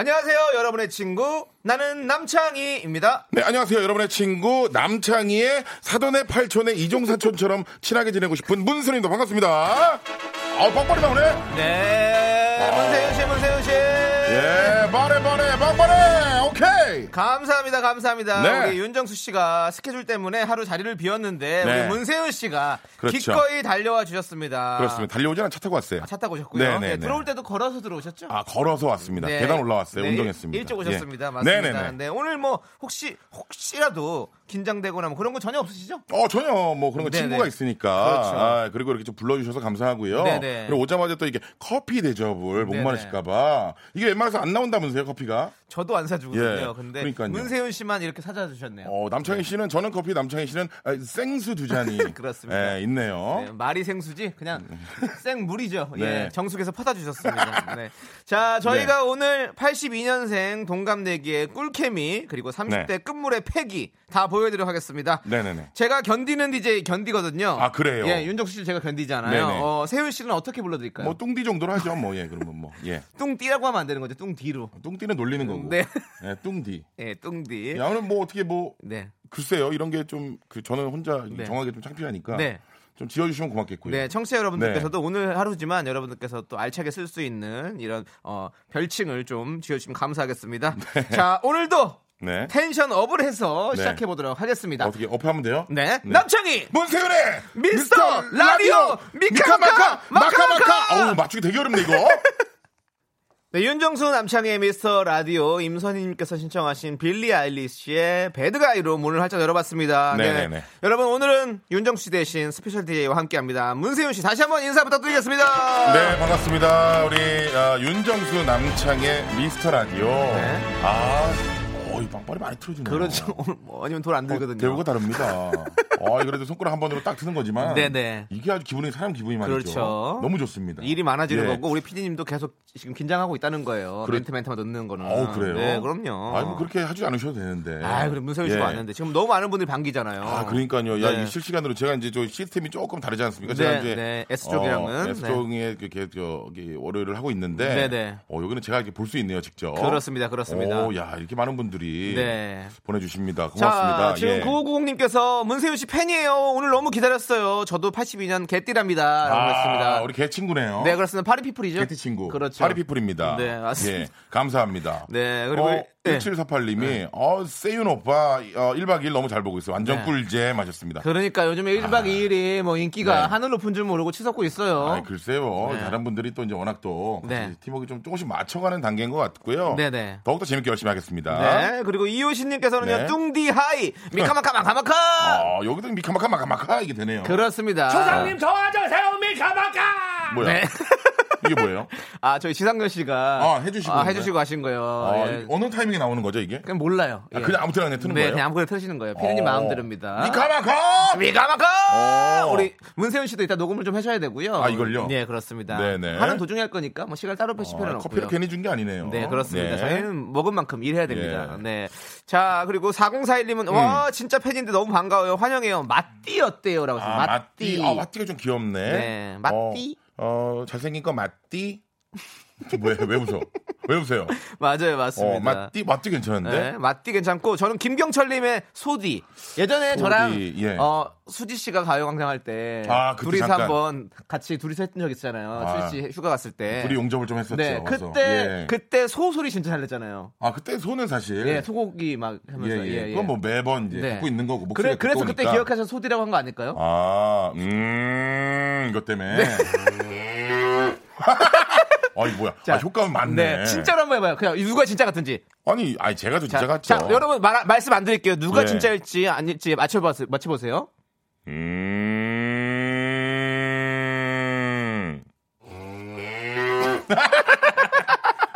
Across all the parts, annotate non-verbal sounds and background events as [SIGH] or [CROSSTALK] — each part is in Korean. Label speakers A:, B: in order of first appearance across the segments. A: 안녕하세요, 여러분의 친구. 나는 남창희입니다.
B: 네, 안녕하세요. 여러분의 친구 남창희의 사돈의 팔촌의 이종사촌처럼 친하게 지내고 싶은 문선입니다. 반갑습니다. 아, 빵빠리 나오네.
A: 네, 문세윤 씨, 문세윤 씨.
B: 예, 빠레 빠레 빵빠레. 오케이.
A: 감사합니다, 감사합니다.
B: 네.
A: 우리 윤정수 씨가 스케줄 때문에 하루 자리를 비웠는데,
B: 네.
A: 우리 문세윤 씨가
B: 그렇죠.
A: 기꺼이 달려와 주셨습니다.
B: 그렇습니다. 달려오지 않아 차 타고 왔어요.
A: 아, 차 타고 오셨고요.
B: 네, 네,
A: 예,
B: 네.
A: 들어올 때도 걸어서 들어오셨죠?
B: 아, 걸어서 왔습니다.
A: 네.
B: 계단 올라왔어요.
A: 네,
B: 운동했습니다.
A: 일찍 오셨습니다.
B: 예.
A: 맞습니다.
B: 네, 네, 네.
A: 네, 오늘 뭐 혹시 혹시라도 긴장되거나 뭐 그런 거 전혀 없으시죠?
B: 어 전혀 뭐 그런 거
A: 네네.
B: 친구가 있으니까
A: 그렇죠.
B: 아, 그리고 이렇게 좀 불러주셔서 감사하고요.
A: 네네.
B: 그리고 오자마자 또 이게 커피
A: 네네.
B: 대접을 목마르실까봐 이게 웬만해서 안 나온다면서요 커피가?
A: 저도 안 사주거든요.
B: 예,
A: 근데
B: 그러니까요.
A: 문세윤 씨만 이렇게 사주셨네요.
B: 어 남창희 씨는 저는 커피 남창희 씨는 아, 생수 두 잔이
A: [LAUGHS] 그렇습니다.
B: 예, 있네요.
A: 네, 말이 생수지 그냥 생물이죠.
B: [LAUGHS] 네.
A: 예, 정수기에서 퍼다 주셨습니다. 네. 자, 저희가 오늘 82년생 동갑내기의 꿀케미 그리고 30대
B: 네.
A: 끝물의 패기 다 보여드리도록 하겠습니다.
B: 네네네.
A: 제가 견디는 DJ 견디거든요.
B: 아, 그래요?
A: 예, 윤정수 씨는 제가 견디잖아요.
B: 네네.
A: 어, 세윤 씨는 어떻게 불러드릴까요?
B: 뭐 뚱디 정도로 하죠. 뭐 예 그러면 뭐 예.
A: 뚱띠라고 하면 안 되는 거죠. 뚱디로.
B: 뚱디는 놀리는 거고.
A: 네.
B: 예, 뚱디.
A: 예, 뚱디.
B: 야 오늘 뭐 어떻게 뭐
A: 네.
B: 글쎄요 이런 게 좀 그 저는 혼자
A: 네.
B: 정하기 좀 창피하니까
A: 네.
B: 좀 지어주시면 고맙겠고요.
A: 네, 청취자 여러분들께서도 오늘 하루지만 여러분들께서 또 알차게 쓸 수 있는 이런 어, 별칭을 좀 지어주시면 감사하겠습니다. 자, 오늘도
B: 네.
A: 텐션 업을 해서
B: 네.
A: 시작해 보도록 하겠습니다.
B: 어떻게 업하면 돼요?
A: 네, 남창희
B: 문세윤의
A: 미스터 라디오 미카마카 마카마카!
B: 어우 맞추기 되게 어렵네 이거
A: 네, 윤정수 남창희의 미스터 라디오 임선희님께서 신청하신 빌리 아일리시의 배드가이로 문을 활짝 열어봤습니다.
B: 네네네.
A: 여러분 오늘은 윤정수 씨 대신 스페셜 DJ와 함께합니다. 문세윤 씨 다시 한번 인사 부탁드리겠습니다.
B: 네 반갑습니다 우리 아, 윤정수 남창의 미스터 라디오
A: 네.
B: 아 어이 빵빠리 많이 틀어주네요
A: 그렇죠. 오늘 [LAUGHS] 뭐 아니면 돌 안 들거든요.
B: 대우가 다릅니다 아 그래도 손가락 한 번으로 딱 트는 거지만
A: 네네.
B: 이게 아주 기분이 사람 기분이 말이죠
A: 그렇죠.
B: 너무 좋습니다
A: 일이 많아지는
B: 예.
A: 거고 우리 피디님도 계속 지금 긴장하고 있다는 거예요.
B: 그래-
A: 멘트 멘트만 넣는 거는.
B: 어우 그래요
A: 네, 그럼요.
B: 아니 뭐 그렇게 하지 않으셔도 되는데
A: 아, 그럼 문세윤 씨가
B: 예.
A: 왔는데 지금 너무 많은 분들이 반기잖아요.
B: 아, 그러니까요. 야,
A: 네.
B: 이 실시간으로 제가 이제 저 시스템이 조금 다르지 않습니까?
A: 네,
B: 제가 이제
A: 네. S쪽이랑은. 네.
B: S쪽에 이렇게 저기 월요일을 하고 있는데
A: 네, 네.
B: 어, 여기는 제가 이렇게 볼 수 있네요, 직접.
A: 그렇습니다, 그렇습니다.
B: 오, 야, 이렇게 많은 분들이
A: 네.
B: 보내 주십니다. 고맙습니다.
A: 자, 지금
B: 예.
A: 9590님께서 문세윤 씨 팬이에요. 오늘 너무 기다렸어요. 저도 82년 개띠랍니다. 라고
B: 아,
A: 했습니다.
B: 우리 개 친구네요.
A: 네, 그렇습니다. 파리피플이죠.
B: 개티 친구.
A: 그렇죠.
B: 파리피플입니다.
A: 네, 맞습니다.
B: 예, 감사합니다.
A: 네, 그리고
B: 어,
A: 일- 네.
B: 1748님이 어, 세윤 오빠 어, 1박 2일 너무 잘 보고 있어요. 완전
A: 네.
B: 꿀잼 하셨습니다.
A: 그러니까 요즘에 1박 2일이 뭐 인기가
B: 아. 네.
A: 하늘 높은 줄 모르고 치솟고 있어요.
B: 아, 글쎄요.
A: 네.
B: 다른 분들이 또 이제 워낙 또 같이
A: 네.
B: 팀워크 좀 조금씩 맞춰가는 단계인 것 같고요.
A: 네네.
B: 더욱더 재밌게 열심히 하겠습니다.
A: 네, 그리고 이효신님께서는요,
B: 네.
A: 뚱디 하이, 미카마카, 마카마카!
B: 아, 여기도 미카마카 마카마카 이게 되네요.
A: 그렇습니다.
B: 뭐야?
A: 네.
B: 이게
A: [LAUGHS]
B: 뭐예요?
A: 아, 저희 지상렬 씨가.
B: 아, 해주시고
A: 아,
B: 있는
A: 해주시고 하신 거예요.
B: 아,
A: 예.
B: 이게 어느 타이밍에 나오는 거죠 이게?
A: 그냥 몰라요.
B: 아, 그냥 아무 때나 그냥 트는
A: 네,
B: 거예요?
A: 그냥 아무거나 틀으시는 거예요. 피디님
B: 어.
A: 마음대로입니다.
B: 미카마카.
A: 미카마카!
B: 어.
A: 우리 문세윤 씨도 이따 녹음을 좀 하셔야 되고요.
B: 아, 이걸요?
A: 네, 그렇습니다.
B: 네네.
A: 하는 도중에 할 거니까 뭐 시간 따로 빼실 필요는
B: 아,
A: 없고요.
B: 커피를 괜히 준 게 아니네요.
A: 네, 그렇습니다.
B: 네.
A: 저희는 먹은 만큼 일해야 됩니다.
B: 예.
A: 네. 자, 그리고 4041님은,
B: 음.
A: 와, 진짜 팬인데 너무 반가워요. 환영해요. 맞띠 어때요? 라고 했어요.
B: 아, 맞띠.
A: 맞띠.
B: 아, 맞띠가 좀 귀엽네.
A: 네, 맞띠?
B: 어, 어, 잘생긴 거 맞띠. 뭐예요? 왜 웃어? 왜 웃어요?
A: 맞아요, 맞습니다.
B: 어, 맞띠, 맞띠
A: 네,
B: 괜찮은데?
A: 맞띠 괜찮고 저는 김경철님의 소디 예전에 저랑
B: 예.
A: 어, 수지 씨가 가요광장 할 때
B: 아, 그때
A: 둘이서
B: 잠깐.
A: 한번 같이 둘이서 했던 적 있잖아요.
B: 아.
A: 수지 씨 휴가 갔을 때.
B: 둘이 용접을 좀 했었죠.
A: 예. 네,
B: 그래서.
A: 그때
B: 예.
A: 그때 소 소리 진짜 잘 냈잖아요.
B: 아 그때 소는 사실
A: 예, 소고기 막 하면서
B: 예, 예.
A: 예, 예.
B: 그건 뭐 매번 이제
A: 네.
B: 갖고 있는 거고
A: 그래,
B: 목소리가
A: 그래서
B: 두꺼우니까.
A: 그때 기억하셔서 소디라고 한 거 아닐까요?
B: 아, 음, 이것 때문에.
A: 네.
B: [LAUGHS] 아니 뭐야? 아, 효과음 맞네.
A: 진짜로 한번 해봐요. 그냥 누가 진짜 같은지.
B: 아니, 아니 제가 더 진짜 같죠.
A: 자, 여러분 말, 말씀 안 드릴게요. 누가
B: 예.
A: 진짜일지 아닐지 맞춰봐서 맞춰보세요. [LAUGHS]
B: 음.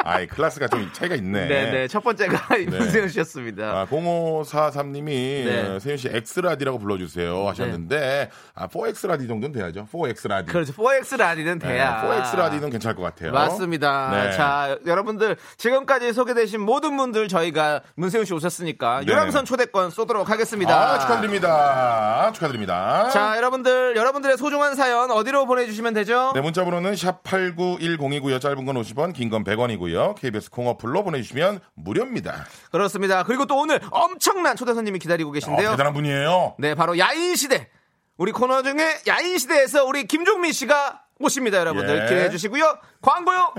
B: 아 아이, 클래스가 좀 차이가 있네.
A: 네, 네. 첫 번째가 임세현 씨였습니다.
B: 아, 0543님이
A: 네.
B: 세윤 씨 엑스라디라고 불러주세요 하셨는데 아 4엑스라디 정도는 돼야죠. 4엑스라디.
A: 그렇죠. 4X 라디는 돼야.
B: 4엑스라디는 괜찮을 것 네, 같아요.
A: 맞습니다.
B: 네.
A: 자, 여러분들 지금까지 소개되신 모든 분들 저희가 문세윤 씨 오셨으니까
B: 네네.
A: 유람선 초대권 쏘도록 하겠습니다.
B: 아, 축하드립니다. 축하드립니다.
A: 자, 여러분들 여러분들의 소중한 사연 어디로 보내주시면 되죠?
B: 네, 문자번호는 샵8910이고요. 짧은 건 50원, 긴 건 100원이고요. KBS 콩어플로 보내주시면 무료입니다. 아,
A: 그렇습니다. 그리고 또 오늘 엄청난 초대 손님이 기다리고
B: 어,
A: 계신데요.
B: 대단한 분이에요.
A: 네, 바로 야인 시대. 우리 코너 중에 야인 시대에서 우리 김종민 씨가 모십니다, 여러분들
B: 예.
A: 기대해 주시고요. 광고요.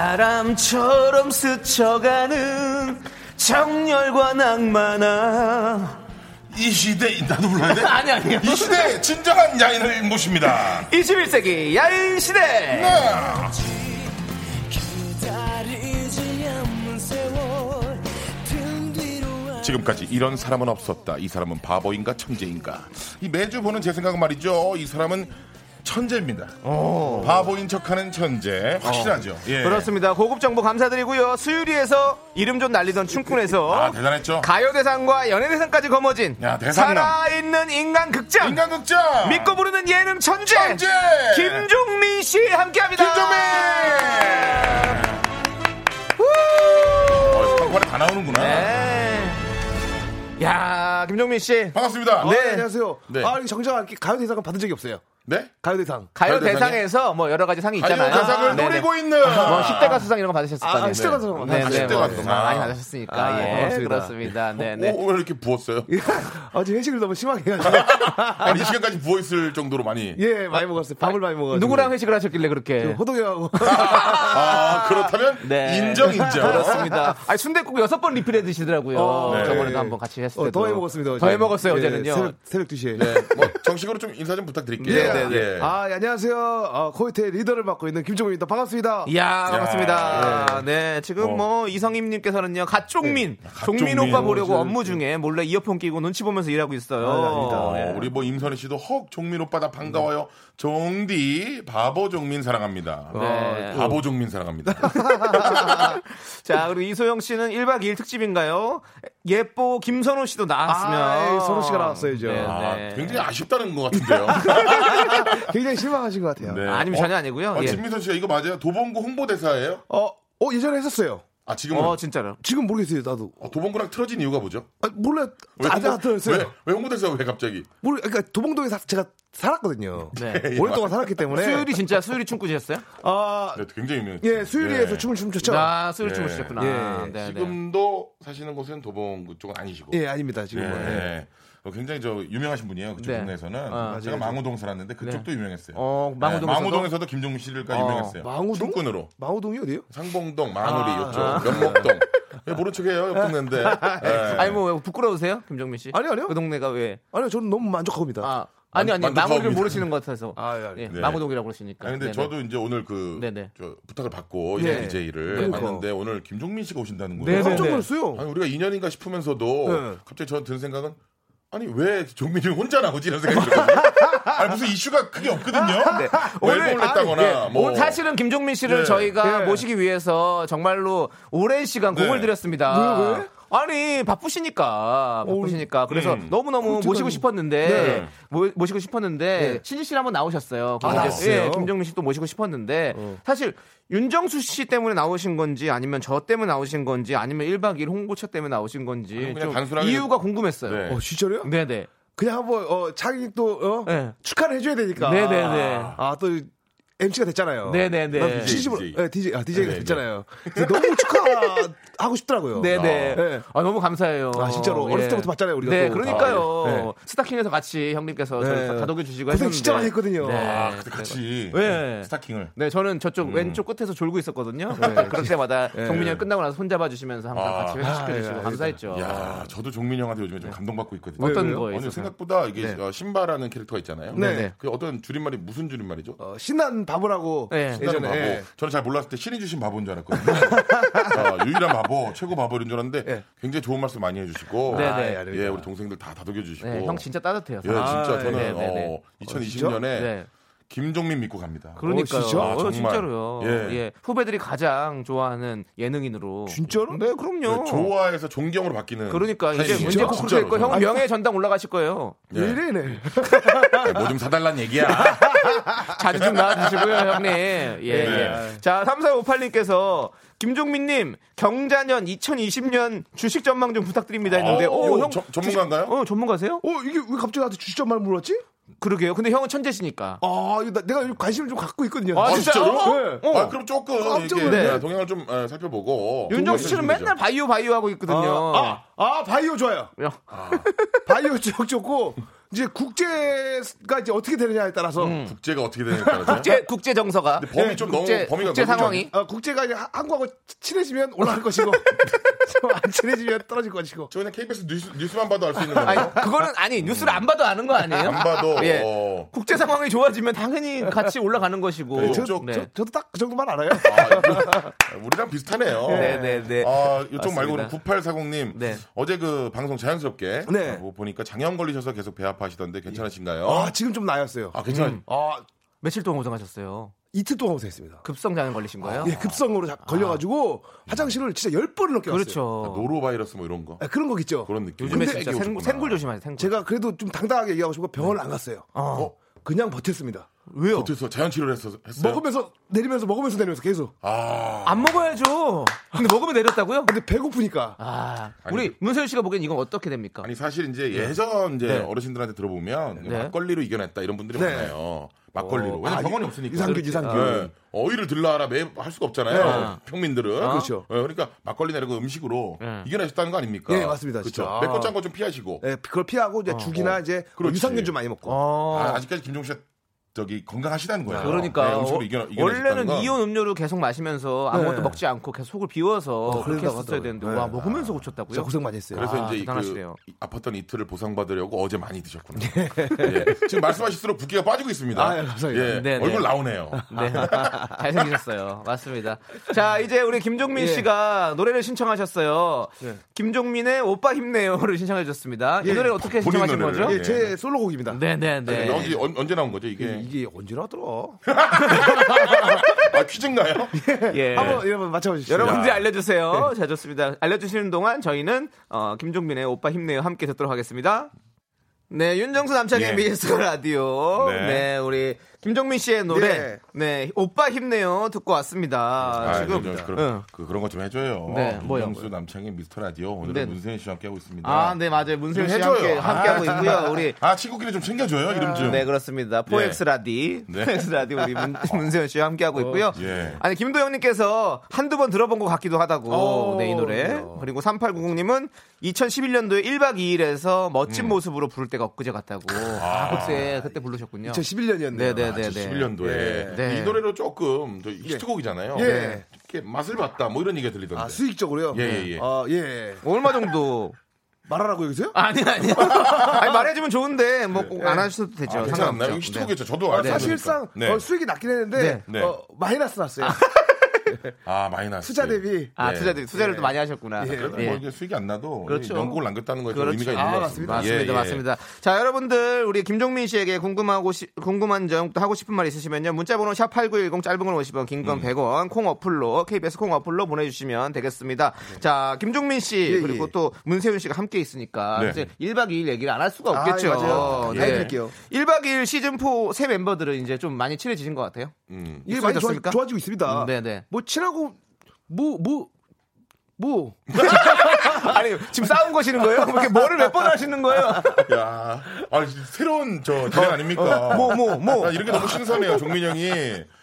A: 바람처럼 스쳐가는 정열과 낭만아.
B: 이 시대 나도 불러야
A: [LAUGHS]
B: 돼?
A: 아니 아니요.
B: 이 시대 진정한 야인을 모십니다.
A: 21세기 야인 시대.
B: 지금까지 이런 사람은 없었다. 이 사람은 바보인가 천재인가. 이 매주 보는 제 생각은 말이죠. 이 사람은 천재입니다. 바보인 척하는 천재 확실하죠. 예.
A: 어. 그렇습니다. 고급 정보 감사드리고요. 수유리에서 이름 좀 날리던 춤꾼에서
B: 아 대단했죠.
A: 가요대상과 연예대상까지 거머쥔
B: 야, 대상남.
A: 살아있는 인간극장
B: 인간극장
A: 믿고 부르는 예능 천재,
B: 천재!
A: 김종민 씨 함께합니다.
B: 김종민. 어, 한꺼번에 다 나오는구나.
A: 네. 야 김종민 씨
B: 반갑습니다.
C: 네.
A: 네.
C: 안녕하세요.
B: 네.
C: 아, 정작 가요 대상은 받은 적이 없어요.
B: 네?
C: 가요 대상.
A: 가요
B: 가요대상에?
A: 대상에서 뭐 여러 가지 상이 있잖아요.
B: 아유, 대상을
A: 아, 네네.
B: 노리고 있는.
A: 뭐 10대 가수상 이런 거 받으셨을 거
C: 아,
A: 아니에요.
C: 아, 10대 가수상.
A: 네,
B: 아,
A: 네,
B: 10대
A: 뭐
B: 가수상.
A: 많이 받으셨으니까
C: 아,
A: 예,
C: 고맙습니다. 어,
A: 그렇습니다. 네, 네.
B: 오, 왜 이렇게
A: [LAUGHS]
B: 부었어요?
C: 어제 아, 회식을 너무 심하게 해가지고.
B: 아니, 이 시간까지 부어있을 정도로 많이.
C: 예, 많이 먹었어요. 밥을 많이 먹었어요.
A: 누구랑 회식을 하셨길래 그렇게? [LAUGHS]
C: 호동이하고.
B: 아, 그렇다면
A: 네.
B: 인정, 인정.
C: [LAUGHS]
A: 그렇습니다. 아니 순대국 여섯 번 리필해 드시더라고요.
C: 어,
B: 네.
A: 저번에도 한번 같이 했을
C: 어,
A: 때도.
C: 더해 먹었습니다. 어제.
A: 더해 먹었어요
C: 예,
A: 어제는요.
C: 새벽, 새벽 2시에.
B: 네, 뭐 정식으로 좀 인사 좀 부탁드릴게요.
A: 네, 네, 네.
B: 예.
C: 아, 예, 안녕하세요. 어, 코요태 리더를 맡고 있는 김종민입니다. 반갑습니다.
A: 이야 반갑습니다. 네
C: 어.
A: 지금 뭐 이성임님께서는요 가쪽민
C: 네.
A: 종민
B: 가쪽민.
A: 오빠 보려고
C: 어,
A: 업무 중에 몰래 이어폰 끼고 눈치 보면서 일하고 있어요.
B: 어,
A: 네.
B: 우리 뭐 임선희 씨도 헉 종민 오빠 나 반가워요. 종디 바보 종민 사랑합니다.
C: 아,
B: 어,
A: 네.
B: 바보 종민 사랑합니다.
A: 자 그리고 이소영 씨는 1박2일 특집인가요? 예뻐 김선호 씨도 나왔으면
C: 아이, 예, 선호 씨가 나왔어야죠.
A: 네,
B: 아,
A: 네.
B: 굉장히 아쉽다는 것 같은데요.
C: 굉장히 실망하신 것 같아요.
B: 네.
A: 아니면 전혀 아니고요.
B: 어,
A: 예.
B: 진민선 씨가 이거 맞아요? 도봉구 홍보대사예요?
C: 어, 어, 예전에 했었어요.
B: 아 지금은
A: 어 진짜로.
C: 지금 모르겠어요, 나도.
B: 어, 도봉구랑 틀어진 이유가 뭐죠?
C: 아, 몰라.
B: 왜
C: 아직
B: 홍보-
C: 안 들었어요.
B: 왜, 왜 홍보대사 왜 갑자기?
C: 모르, 그러니까 도봉동에 사, 제가 살았거든요.
A: 네.
C: 오랫동안 살았기 때문에.
A: 수율이 진짜 수율이 춤꾸셨어요?
C: 아,
B: 네, 굉장히 유명해요.
C: 예,
A: 네.
C: 수유리에서 춤을 춤췄죠.
A: 아 수율
B: 예.
A: 춤추셨구나.
C: 예.
A: 네, 네.
B: 지금도 사시는 곳은 도봉구 쪽은 아니시고.
C: 예, 아닙니다. 지금.
B: 예.
C: 은
B: 어, 굉장히 저 유명하신 분이에요. 그쪽
A: 네.
B: 동네에서는.
A: 아,
B: 제가
C: 맞아요.
B: 망우동 살았는데 그쪽도 유명했어요. 네,
A: 어, 망우동에서도?
B: 뭐, 망우동에서도 김종민 씨를까
A: 어,
B: 유명했어요.
C: 망우동?
B: 춤꾼으로.
C: 마오동이 어디요?
B: 상봉동, 망우리 이쪽, 면목동. 왜 모른 척해요? 옆 동네인데. 예.
A: 아, [LAUGHS] 아니 뭐왜 부끄러우세요, 김정민 씨?
C: 아니요, 아니요.
A: 그 동네가 왜?
C: 아니요, 저는 너무 만족합니다.
A: 아 아니 아니
B: 만족하고
A: 망우리를
B: 있는-
A: 모르시는 것 같아서.
C: 아, 예, 알겠습니다.
A: 예,
B: 네.
A: 망우동이라고 그러시니까.
B: 아니, 근데
A: 네네.
B: 저도 이제 오늘 그
A: 네네. 그러니까.
B: 저 부탁을 받고
C: 예.
B: 이제 DJ를
C: 네.
B: 봤는데 오늘 김종민 씨가 오신다는 거예요.
A: 네네.
C: 깜짝
A: 네네.
C: 놀랐어요.
B: 아니 우리가 인연인가 싶으면서도
C: 네.
B: 갑자기 저는 드는 생각은 아니 왜 종민이 혼자 나오지 이런
A: [LAUGHS]
B: 생각이 들거든요. 아니 무슨 이슈가 그게 없거든요. 뭐
A: 아, 네. 오늘-
B: 앨범을 냈다거나
A: 예,
B: 뭐
A: 오늘 사실은 김종민 씨를
B: 네.
A: 저희가
C: 예.
A: 모시기 위해서 정말로 오랜 시간
B: 네.
A: 공을
C: 왜,
A: 들였습니다.
C: 왜?
A: 아니 바쁘시니까 바쁘시니까 그래서
B: 음.
A: 너무 너무 모시고 싶었는데
B: 네.
A: 모, 시고 싶었는데 신지 씨 한번 나오셨어요.
C: 아, 나왔어요?
A: 예, 김종민 씨 또 모시고 싶었는데
B: 어.
A: 사실 윤정수 씨 때문에 나오신 건지 아니면 저 때문에 나오신 건지 아니면 1박2일 홍보차 때문에 나오신 건지
B: 아니, 그냥
A: 좀
B: 단순하게-
A: 이유가 궁금했어요.
B: 네.
C: 어, 진짜로요?
A: 네네.
C: 그냥 한번 어, 자기 또 어?
A: 네.
C: 축하를 해줘야 되니까.
A: 네네네.
C: 아, 또 MC가 됐잖아요.
A: 네네네.
C: 난 진심으로
B: DJ.
C: 네, DJ 아 DJ가
B: 네,
C: 됐잖아요. 그래서
A: [LAUGHS]
C: 너무 축하하고 싶더라고요.
A: 네네.
C: 네.
A: 아, 너무 감사해요.
C: 아, 진짜로. 어렸을
A: 예.
C: 때부터 봤잖아요, 우리가
A: 네,
C: 또.
A: 그러니까요.
C: 아, 네.
A: 스타킹에서 같이 형님께서
C: 네.
A: 저를 다 다독여 주시고
C: 고생
A: 했는데.
C: 진짜 많이 했거든요.
A: 네.
B: 아, 같이
A: 네.
B: 스타킹을
A: 네, 저는 저쪽
C: 음.
A: 왼쪽 끝에서 졸고 있었거든요.
C: 네.
A: 네, 그럴
C: [LAUGHS]
A: 때마다 정민이 형 끝나고 나서 손잡아 주시면서 항상 같이 회식시켜 주시고
C: 예,
A: 감사했죠.
B: 야, 저도 종민 형한테 요즘에 좀 감동받고 있거든요.
A: 네. 어떤
B: 왜요?
A: 거에
B: 아니,
A: 있어서?
B: 생각보다 이게 어, 신바라는 캐릭터가 있잖아요.
A: 네네.
B: 그 어떤 줄임말이 무슨 줄임말이죠?
C: 어, 신난 바보라고
A: 네.
B: 신나는
C: 예전에
B: 바보.
C: 예.
B: 저는 잘 몰랐을 때 신이 주신 바보인 줄 알았거든요. [LAUGHS] 아, 유일한 바보, 최고 바보 이런 줄 알았는데 굉장히 좋은 말씀 많이 해주시고,
A: 네. 네네.
B: 아, 예, 우리 동생들 다 다독여 주시고,
C: 어.
A: 네, 형 진짜 따뜻해요.
B: 예, 진짜 저는
A: 네네네.
B: 어, 2020년에
A: 네.
B: 김종민 믿고 갑니다.
A: 그러니까요.
C: 어, 진짜?
B: 아, 정말.
A: 로요
B: 예.
A: 예. 후배들이 가장 좋아하는 예능인으로.
C: 진짜로?
A: 네, 그럼요.
B: 네, 좋아해서 존경으로 바뀌는.
A: 그러니까 이제
B: 타이밍이죠.
A: 문제 코크될
B: 진짜로.
A: 거, 형 명예 전당 올라가실 거예요.
B: 예.
C: 왜 이래네.
B: 뭐 좀 사달란 얘기야.
A: 자주 아, 좀 나와주시고요, 형님. 예,
B: 네.
A: 예. 자, 3458님께서 김종민님 경자년 2020년 주식 전망 좀 부탁드립니다 했는데,
B: 어,
A: 오,
B: 이거
A: 형
B: 저- 전문가인가요?
A: 주식- 어, 전문가세요?
C: 어 이게 왜 갑자기 나한테 주식점 말 물었지?
A: 그러게요. 근데 형은
B: 어,
A: 천재시니까.
C: 아 이거 나- 내가 이거 관심을 좀 갖고 있거든요. 네.
A: 아,
B: 아,
A: 진짜?
B: 진짜로?
A: 어, 어.
B: 아, 그럼 조금
C: 깜짝
B: 이렇게
A: 놀랐네.
B: 네, 동향을 좀 에, 살펴보고.
A: 윤정수 씨는
B: 말씀해 주시면
A: 맨날 바이오 바이오 하고 있거든요.
C: 아, 아, 바이오 좋아요.
A: 형,
C: 바이오 [LAUGHS] 지역 좋고 이제 국제가 이제 어떻게 되느냐에 따라서
A: 음.
B: 되죠. 국제가 어떻게 되는지 따라서.
A: 국제 국제 정서가
B: 네? 근데 범위 좀
A: 국제,
B: 너무 범위가
A: 국제
B: 넓은 거
A: 상황이
C: 어, 국제가 이제 하- 한국하고 친해지면
B: [LAUGHS]
C: 올라갈 것이고 좀안 친해지면 떨어질 것이고.
B: 저 그냥 KBS 뉴스, 뉴스만 봐도 알 수 있는
A: 아니
B: 거예요.
A: 그거는 아니 뉴스를 안 봐도 아는 거 아니에요?
B: 안 봐도
A: 예.
B: 어,
A: 국제 상황이 좋아지면 당연히 같이 올라가는 것이고.
B: 저-
C: 저,
A: 네.
C: 도 딱 그 정도만 알아요.
B: 아, 이거 우리랑 비슷하네요.
A: 네네네.
B: 아, 이쪽
A: 맞습니다.
B: 말고는 9840님
A: 네.
B: 어제 그 방송 자연스럽게
C: 네.
B: 어, 보니까 장염 걸리셔서 계속 배 아파하시던데 괜찮으신가요?
A: 예.
C: 아 지금 좀 나였어요.
B: 아, 괜찮아요.
A: 음.
C: 아
A: 며칠 동안 고생하셨어요?
C: 이틀 동안 고생했습니다.
A: 급성 장염 걸리신
B: 아,
A: 거예요?
C: 예, 급성으로 자- 걸려가지고 화장실을 진짜 열 번을 넘게 갔어요.
B: 아,
A: 그렇죠.
B: 노로바이러스 뭐 이런 거
C: 아, 그런 거겠죠.
B: 그런 느낌.
A: 요즘에
B: 근데
A: 진짜
B: 애기
A: 생,
B: 오셨구나.
A: 생굴 조심하세요. 생굴.
C: 제가 그래도 좀 당당하게 얘기하고 싶고
B: 네.
C: 병원을 안 갔어요.
B: 아.
A: 어.
C: 그냥 버텼습니다.
A: 왜요?
B: 어땠어? 자연 치료를 했어, 했어요?
C: 먹으면서 내리면서 먹으면서 내리면서 계속.
B: 아,
A: 안 먹어야죠. 근데 먹으면 내렸다고요?
C: 근데 배고프니까
A: 아,
B: 아니,
A: 우리 문세윤 씨가 보기엔 이건 어떻게 됩니까?
B: 아니 사실 이제 예전 이제 어르신들한테 들어보면
A: 네.
B: 막걸리로 이겨냈다 이런 분들이 많아요. 막걸리로.
A: 어,
B: 왜냐 면 병원이 없으니까.
C: 유산균 유산균.
B: 네. 어이를 들라라 매 할 수가 없잖아요. 평민들은.
C: 그렇죠.
B: 네, 그러니까 막걸리 내리고 음식으로
A: 네.
B: 이겨내셨다는 거 아닙니까?
C: 네, 맞습니다,
B: 그렇죠.
C: 진짜.
B: 맵고 짠 거 좀 피하시고.
C: 예, 그걸 피하고 이제 죽이나 이제
B: 어, 그렇지.
C: 유산균 좀 많이 먹고.
A: 어.
B: 아, 직까지 김종식 씨 저기 건강하시다는 거예요.
A: 그러니까
B: 네,
A: 요
B: 음식으로 이겨, 이겨내셨다는
A: 원래는
B: 건.
A: 이온 음료를 계속 마시면서 아무것도
C: 네.
A: 먹지 않고 계속 속을 비워서 그렇게
C: 그러다가
A: 했어야
C: 하더라고요.
A: 되는데
C: 네.
A: 와 먹으면서
C: 진짜
A: 고쳤다고요?
C: 고생 많이 했어요.
B: 그래서
A: 아,
B: 이제 그
A: 대단하시네요.
B: 이- 아팠던 이틀을 보상받으려고 어제 많이 드셨구나. 예. 지금 말씀하실수록 붓기가 빠지고 있습니다.
C: 아, 예, 감사합니다.
B: 예,
A: 네, 네.
B: 얼굴 나오네요.
A: 네. [LAUGHS] 잘생기셨어요. 맞습니다. 자, 이제 우리 김종민 씨가 노래를 신청하셨어요. 김종민의 오빠 힘내요를 신청해 주셨습니다. 이 노래를 어떻게
B: 본인
A: 신청하신
B: 노래를.
A: 거죠?
C: 예, 제 솔로곡입니다.
A: 네, 네,
B: 네.
A: 네.
B: 여기 언- 언제 나온 거죠 이게?
C: 이게 언제 나더라?
B: 아
D: [LAUGHS]
B: 퀴즈인가요?
A: 예.
C: 한번 여러분 맞춰보십시오.
A: 여러분들이
B: 네.
A: 알려주세요. 자, 좋습니다. 알려주시는 동안 저희는 어, 김종민의 오빠 힘내요 함께 듣도록 하겠습니다. 네, 윤정수 남창의
B: 예.
D: 미스 라디오.
B: 네.
D: 네. 우리 김종민 씨의 노래.
C: 네.
D: 네. 오빠 힘내요 듣고 왔습니다. 네.
B: 아,
D: 지금
B: 지금 그런, 그, 그런 거 좀 해줘요.
A: 네, 뭐요,
B: 김명수 남창의 미스터 라디오 오늘은
D: 네.
B: 문세현 씨와 함께 하고 있습니다.
D: 아, 네, 맞아요. 문세윤 씨
B: 해줘요.
D: 함께, 함께 하고
B: 아,
D: 있고요. 우리
B: 아 친구끼리 좀 챙겨줘요 이름 좀.
D: 네 그렇습니다. 포엑스 라디,
B: 네.
D: 포엑스 라디 우리
B: [LAUGHS]
D: 문, 문세현 씨와 함께 하고 있고요.
B: 예.
D: 아니 김도영님께서 한두번 들어본 것 같기도 하다고 네, 이 노래. 그리고 3890님은 2011년도에 1박 2일에서 멋진
B: 음.
D: 모습으로 부를 때가 엊그제 같다고. 아, 그때 그때 부르셨군요.
C: 2011년이었네요.
D: 네네네.
B: 2011년도에
D: 네.
B: 이 노래로 조금 저 히트곡이잖아요. 네.
C: 예.
B: 이렇게 맛을 봤다 뭐 이런 얘기가 들리던데.
C: 아 수익적으로요?
B: 예, 예, 예.
C: 아, 예.
D: 얼마
B: [LAUGHS]
D: 정도?
C: 말하라고 여기서요?
D: 아니 [LAUGHS] 아니. 아니 말해주면 좋은데 뭐 꼭 안 하셔도 되죠.
B: 네. 아, 괜찮았나요? 이거
D: 상관없죠. 네.
B: 히트곡이었죠. 저도
C: 아,
B: 알고
C: 사실상
B: 보니까. 네.
C: 어, 수익이 낮긴 했는데
B: 네.
C: 어, 마이너스 났어요.
B: 아 마이너스
C: 투자 대비.
D: 아
B: 네.
D: 투자 투자를 또 많이 하셨구나.
B: 그래도
D: 예.
B: 뭐 이게 수익이 안 나도
D: 그렇죠.
B: 명곡을 남겼다는 거에 좀
D: 그렇죠.
B: 의미가 있는
D: 아,
B: 것 같습니다.
D: 맞습니다,
B: 예, 예.
D: 맞습니다. 자, 여러분들 우리 김종민 씨에게 궁금하고 시- 궁금한 점, 또 하고 싶은 말 있으시면요, 문자번호 샵 #8910 짧은 건 50원, 긴 건 100원, 콩 어플로 KBS 콩 어플로 보내주시면 되겠습니다. 자, 김종민 씨
C: 예,
D: 그리고
C: 예.
D: 또 문세윤 씨가 함께 있으니까
B: 네.
D: 이제 1박 2일 얘기를 안 할 수가
C: 아,
D: 없겠죠.
C: 맞아요. 알려드릴게요.
D: 1박 2일 시즌 4새 멤버들은 이제 좀 많이 친해지신 것 같아요.
B: 음.
C: 이게 많이 좋아,
D: 익숙해졌습니까?
C: 좋아지고 있습니다.
D: 음, 네네.
C: 뭐 친하고 뭐 뭐 뭐.
D: 아니 네, 지금 싸운 거시는 거예요? 이렇게 뭐를 몇 번 하시는 [LAUGHS] 거예요?
B: 야, 아, 새로운 저 진행 아닙니까?
A: 어,
D: 뭐, 뭐, 뭐.
B: 아, 이런 게 너무 신선해요, 종민 형이.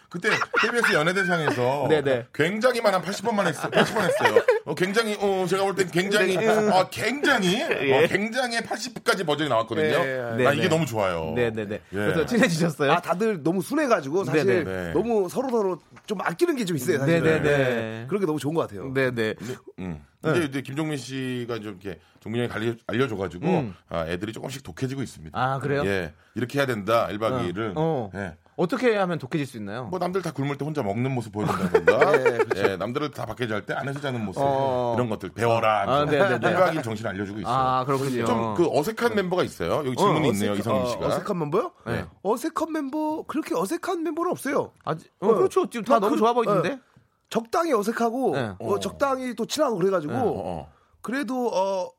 B: 그때 KBS 연예대상에서
A: 네네.
B: 굉장히 많은 80번만 했어요. 80번 했어요. 어, 굉장히 어, 제가 볼 땐 굉장히
A: 네,
B: 아, 굉장히 어, 굉장히 80까지 버전이 나왔거든요.
C: 예,
A: 예.
B: 나
A: 네네.
B: 이게 너무 좋아요.
A: 네네네.
B: 예.
A: 그래서 친해지셨어요?
C: 아 다들 너무 순해가지고 사실
B: 네네.
C: 너무 서로 서로 좀 아끼는 게 좀 있어요. 사실.
A: 네네네.
C: 그런 게 너무 좋은 것 같아요.
A: 네네.
B: 음. 근데 이제 김종민 씨가 좀 이렇게 종민이 형이 알려- 알려줘가지고 아, 애들이 조금씩 독해지고
A: 음.
B: 있습니다.
A: 아 그래요?
B: 예, 이렇게 해야 된다. 1박 2일은.
A: 어.
B: 예.
A: 어떻게 하면 독해질 수 있나요?
B: 뭐 남들 다 굶을 때 혼자 먹는 모습 보여준다든가 예, 남들을 다 밖에 잘 때 안에서 자는 모습
A: 어.
B: 이런 것들 배워라
A: 아, 네, 네, 네.
B: 한가하긴 정신 알려주고 있어요
A: 아 그렇군요.
B: 좀 그 어색한 멤버가 있어요 여기 질문이 있네요 이성민 씨가
C: 어, 어색한 멤버요?
B: 네.
C: 어색한 멤버 그렇게 어색한 멤버는 없어요.
A: 아직- 어, 그렇죠. 지금 다
C: 나
A: 너무
C: 그-
A: 좋아 보이는데.
C: 네. 적당히 어색하고
A: 네.
C: 어, 적당히 또 친하고 그래가지고
B: 어.
C: 그래도 어.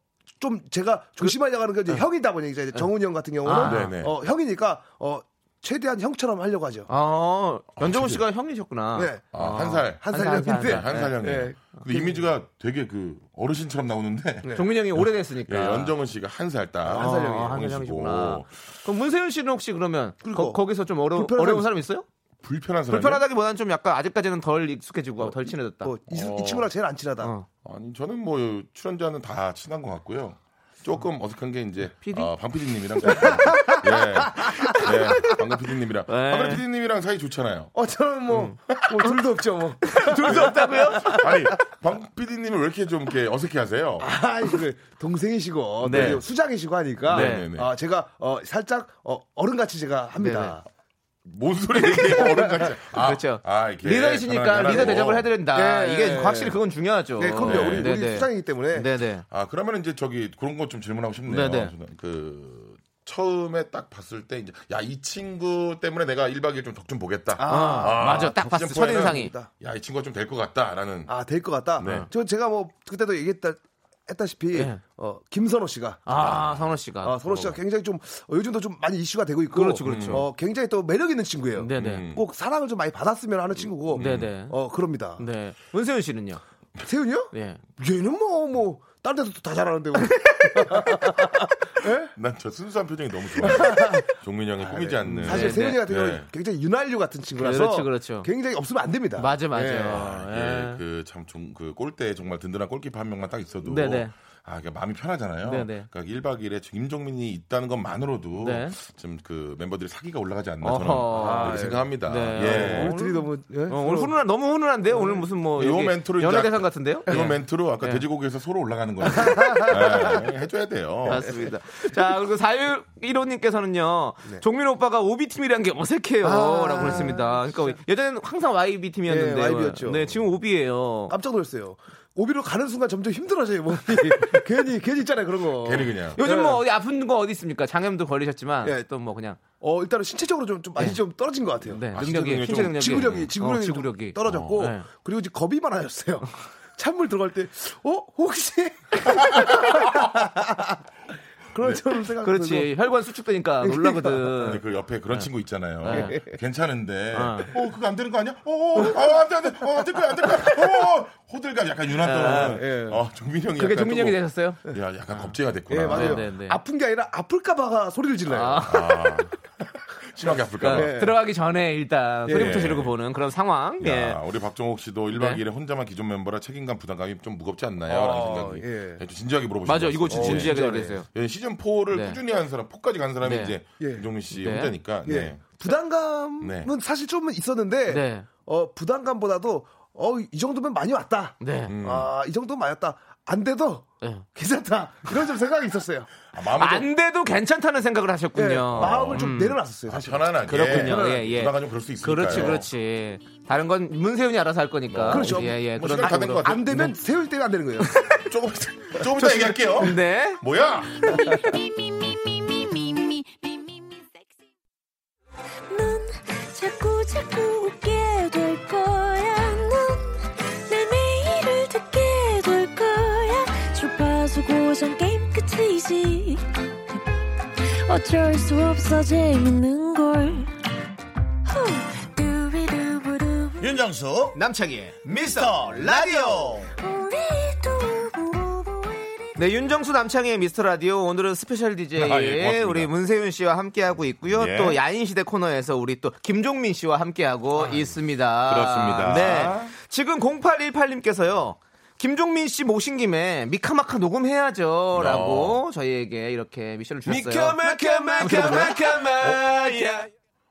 C: 좀 제가 조심하려고 하는 게 이제 형이다 보니까 이제 정훈이 형 같은 경우는
A: 아.
B: 네네.
C: 어, 형이니까 어, 최대한 형처럼 하려고 하죠.
A: 아 연정훈 씨가 형이셨구나.
C: 어. 네.
B: 아, 한살한살
C: 한
A: 한
C: 살
A: 살, 한 살,
C: 형인데
B: 형이에요
C: 네.
B: 근데 이미지가 되게 그 어르신처럼 나오는데
A: 종민 형이 오래됐으니까.
B: 예, 연정은 씨가 한 살딱한
A: 네. 아,
B: 살 형이에요
A: 한
B: 형이시고.
A: 살형이시구나. 그럼 문세윤 씨는 혹시 그러면
C: 그리고
A: 거, 기서좀 어려,
C: 불편한
A: 어려운 사람
C: 사람-
A: 있어요?
B: 불편한 사람
A: 불편하다기보다는 좀 약간 아직까지는 덜 익숙해지고 덜 친해졌다.
C: 어, 이,
B: 어.
C: 이 친구랑 제일 안 친하다.
A: 어.
B: 아니 저는 뭐 출연자는 다 친한 것 같고요. 조금 어색한 게 이제
A: PD?
B: 어, 방 PD님이랑 예, 예, 방금 PD님이랑
A: 네.
B: 방금 PD님이랑 사이 좋잖아요.
C: 어, 저는 뭐, 뭐 둘도 없죠, 뭐.
A: 둘도 없다고요?
B: 아니 방 PD님은 왜 이렇게 좀 이렇게 어색해하세요?
C: [LAUGHS] 아, 그 동생이시고,
A: 네.
C: 또 수장이시고 하니까,
B: 네네네.
C: 아, 제가 어, 살짝 어, 어른같이 제가 합니다.
B: 뭔 소리예요? 어른같이. 아,
A: 그렇죠.
B: 아, 이렇게
A: 리더이시니까
B: 편안하게
A: 리더
B: 하고.
A: 대접을 해드린다.
C: 네.
A: 이게 확실히 그건 중요하죠.
C: 네, 그럼요. 우리,
A: 네,
C: 우리
A: 네.
C: 수장이기 때문에.
A: 네네.
B: 아 그러면 이제 저기 그런 것 좀 질문하고 싶네요.
A: 네네.
B: 저는 그 처음에 딱 봤을 때 이제 야 이 친구 때문에 내가 1박 2일 좀 덕 좀 보겠다.
A: 아, 맞아. 딱 봤을 때
C: 네,
B: 덕진포에는
A: 첫인상이.
B: 야 이 친구가 좀 될 것 같다라는
C: 아, 될 것 같다.
B: 네.
C: 저 제가 뭐, 그때도 얘기했다, 했다시피,
A: 네.
C: 어, 김선호 씨가.
A: 아, 선호 씨가.
C: 어, 선호 씨가 굉장히 좀, 어, 요즘도 좀 많이 이슈가 되고 있고.
A: 그렇죠, 그렇죠.
C: 어, 굉장히 또 매력 있는 친구예요. 음.
A: 네네.
C: 꼭 사랑을 좀 많이 받았으면 하는 친구고.
A: 네네.
C: 어, 그럽니다.
A: 네. 문세윤 씨는요?
C: 세윤이요?
A: 예.
C: 얘는 뭐, 뭐, 딴 데서도 다
A: [LAUGHS]
C: 잘하는데. 뭐.
A: 네,
B: 난 저 순수한 표정이 너무
A: [LAUGHS]
B: 좋아요. 종민 형이 꾸미지 않는.
C: 사실
A: 네,
C: 세윤이
A: 네.
C: 같은 경우는
B: 네.
C: 굉장히 윤활유 같은 친구라서
A: 그렇죠, 그렇죠.
C: 굉장히 없으면 안 됩니다. 네.
A: 맞아,
B: 아,
A: 맞아요.
B: 예,
A: 예.
B: 그참그 골대 정말 든든한 골키퍼 한 명만 딱 있어도
A: 네네.
B: 아, 그러니까 마음이 편하잖아요.
A: 네네.
B: 그러니까 1박 2일에 김종민이 있다는 것만으로도
A: 네.
B: 좀 그 멤버들이 사기가 올라가지 않나 저는
A: 어허. 아, 예.
B: 그렇게 생각합니다.
A: 네.
B: 예.
C: 우리 둘이 너무 예?
A: 어, 오늘 훈훈한 너무 훈훈한데요. 오늘 무슨 뭐
B: 요
A: 여기
B: 멘트로
A: 연예
B: 이제
A: 대상 같은데요?
B: 이
A: 예.
B: 멘트로 아까 돼지고기에서 서로
A: [LAUGHS]
B: 올라가는 거예요. 예, 해줘야 돼요.
A: 맞습니다. 자, 그리고 461호님께서는요, 종민 오빠가 OB팀이라는 게 어색해요. 라고 그랬습니다. 그러니까 예전에는 항상 YB팀이었는데.
C: 예, YB 였죠. 아,
A: 네, 지금 OB예요.
C: 깜짝 놀랐어요. 오비로 가는 순간 점점 힘들어져요 몸이. [LAUGHS] 괜히 괜히 있잖아요 그런 거.
B: 괜히 그냥.
C: 네.
A: 요즘 뭐 어디 아픈 거 어디 있습니까? 장염도 걸리셨지만,
C: 예.
A: 또 뭐 그냥,
C: 어 일단은 신체적으로 좀, 좀 많이 좀 떨어진 것 같아요.
A: 네,
B: 아,
A: 능력이,
B: 신체
A: 신체
B: 능력이
A: 능력이.
C: 지구력이 지구력이,
A: 어,
C: 좀
A: 지구력이.
C: 떨어졌고
A: 어, 네.
C: 그리고 이제 겁이 많아졌어요. [LAUGHS] 찬물 들어갈 때 어 혹시 [LAUGHS] 그런 좀 생각.
A: 네. 그렇지. 혈관 수축되니까
B: 근데
A: 놀라거든.
B: 그 옆에 그런 친구 있잖아요.
A: 네.
B: 괜찮은데,
A: 어.
B: 어, 그거 안 되는 거 아니야? 어, 어, 어, 안 돼, 안 돼, 어, 안 될 거야, 안 될 거야. 어, 어. 호들갑 약간 유난 떠는. 어, 종민 형이.
A: 네. 그게
B: 약간
A: 종민 형이
B: 조금,
A: 되셨어요?
B: 야, 약간 겁쟁이가 됐구나.
C: 예 맞아요.
A: 네, 네, 네.
C: 아픈 게 아니라 아플까봐가 소리를 질러요.
A: 아.
B: 아, [LAUGHS] 심하게 아플까봐.
A: 그러니까 들어가기 전에 일단 소리부터
B: 네. 예.
A: 지르고 보는 그런 상황. 예.
B: 야, 우리 박종옥 씨도 1박
A: 네. 아,
B: 2일에 혼자만 기존 멤버라 책임감 부담감이 좀 무겁지 않나요? 라는 생각이
C: 예.
B: 좀 진지하게 물어보시는
A: 맞아, 이거 진짜 진지하게
C: 진짜네.
A: 얘기했어요.
B: 시즌 4를
A: 네.
B: 꾸준히 한 사람, 4까지 간 사람이
A: 네.
B: 이제
C: 예.
B: 김종민 씨
A: 네.
B: 혼자니까.
C: 예.
B: 네.
C: 부담감은
B: 네.
C: 사실 좀 있었는데
A: 네.
C: 어 부담감보다도 어 이 정도면 많이 왔다.
A: 네.
C: 아, 이 정도면 많이 왔다. 안 돼도
A: 네.
C: 괜찮다. 이런 좀 생각이 있었어요.
B: 아, 마음을 좀
A: 안 돼도 괜찮다는 생각을 하셨군요.
C: 예, 마음을 좀 내려놨었어요.
B: 아,
C: 사실.
B: 편안하게.
A: 그렇군요. 예, 예.
B: 누나가 좀 그럴 수 있으니까.
A: 그렇지, 그렇지. 다른 건 문세윤이 알아서 할 거니까.
C: 그렇죠.
A: 예, 예.
B: 뭐
A: 그런
B: 시간 다된것
A: 식으로.
B: 같아요.
C: 안 되면 세울 때가 안 되는 거예요.
B: 조금 이따- 조금 이따 얘기할게요.
A: 네.
B: 뭐야?
E: 넌 자꾸 자꾸 웃게 될 거야. 넌내 매일을 듣게 될 거야. 주파수 고정 게임 끝이지. 어쩔 수 없어 재밌는 걸. 후. 두비두부두.
B: 어?
D: 윤정수 남창희 미스터 라디오
E: 우리 두부부부 우리
A: 네, 윤정수 남창희의 미스터 라디오 오늘은 스페셜 DJ
B: 아, 예, 고맙습니다.
A: 우리 문세윤 씨와 함께하고 있고요.
B: 예.
A: 또 야인 시대 코너에서 우리 또 김종민 씨와 함께하고 있습니다.
B: 아, 그렇습니다.
A: 네. 지금 0818님께서요. 김종민 씨 모신 김에 미카마카 녹음해야죠라고 저희에게 이렇게 미션을 주셨어요.
F: 미카마카마카마카마야.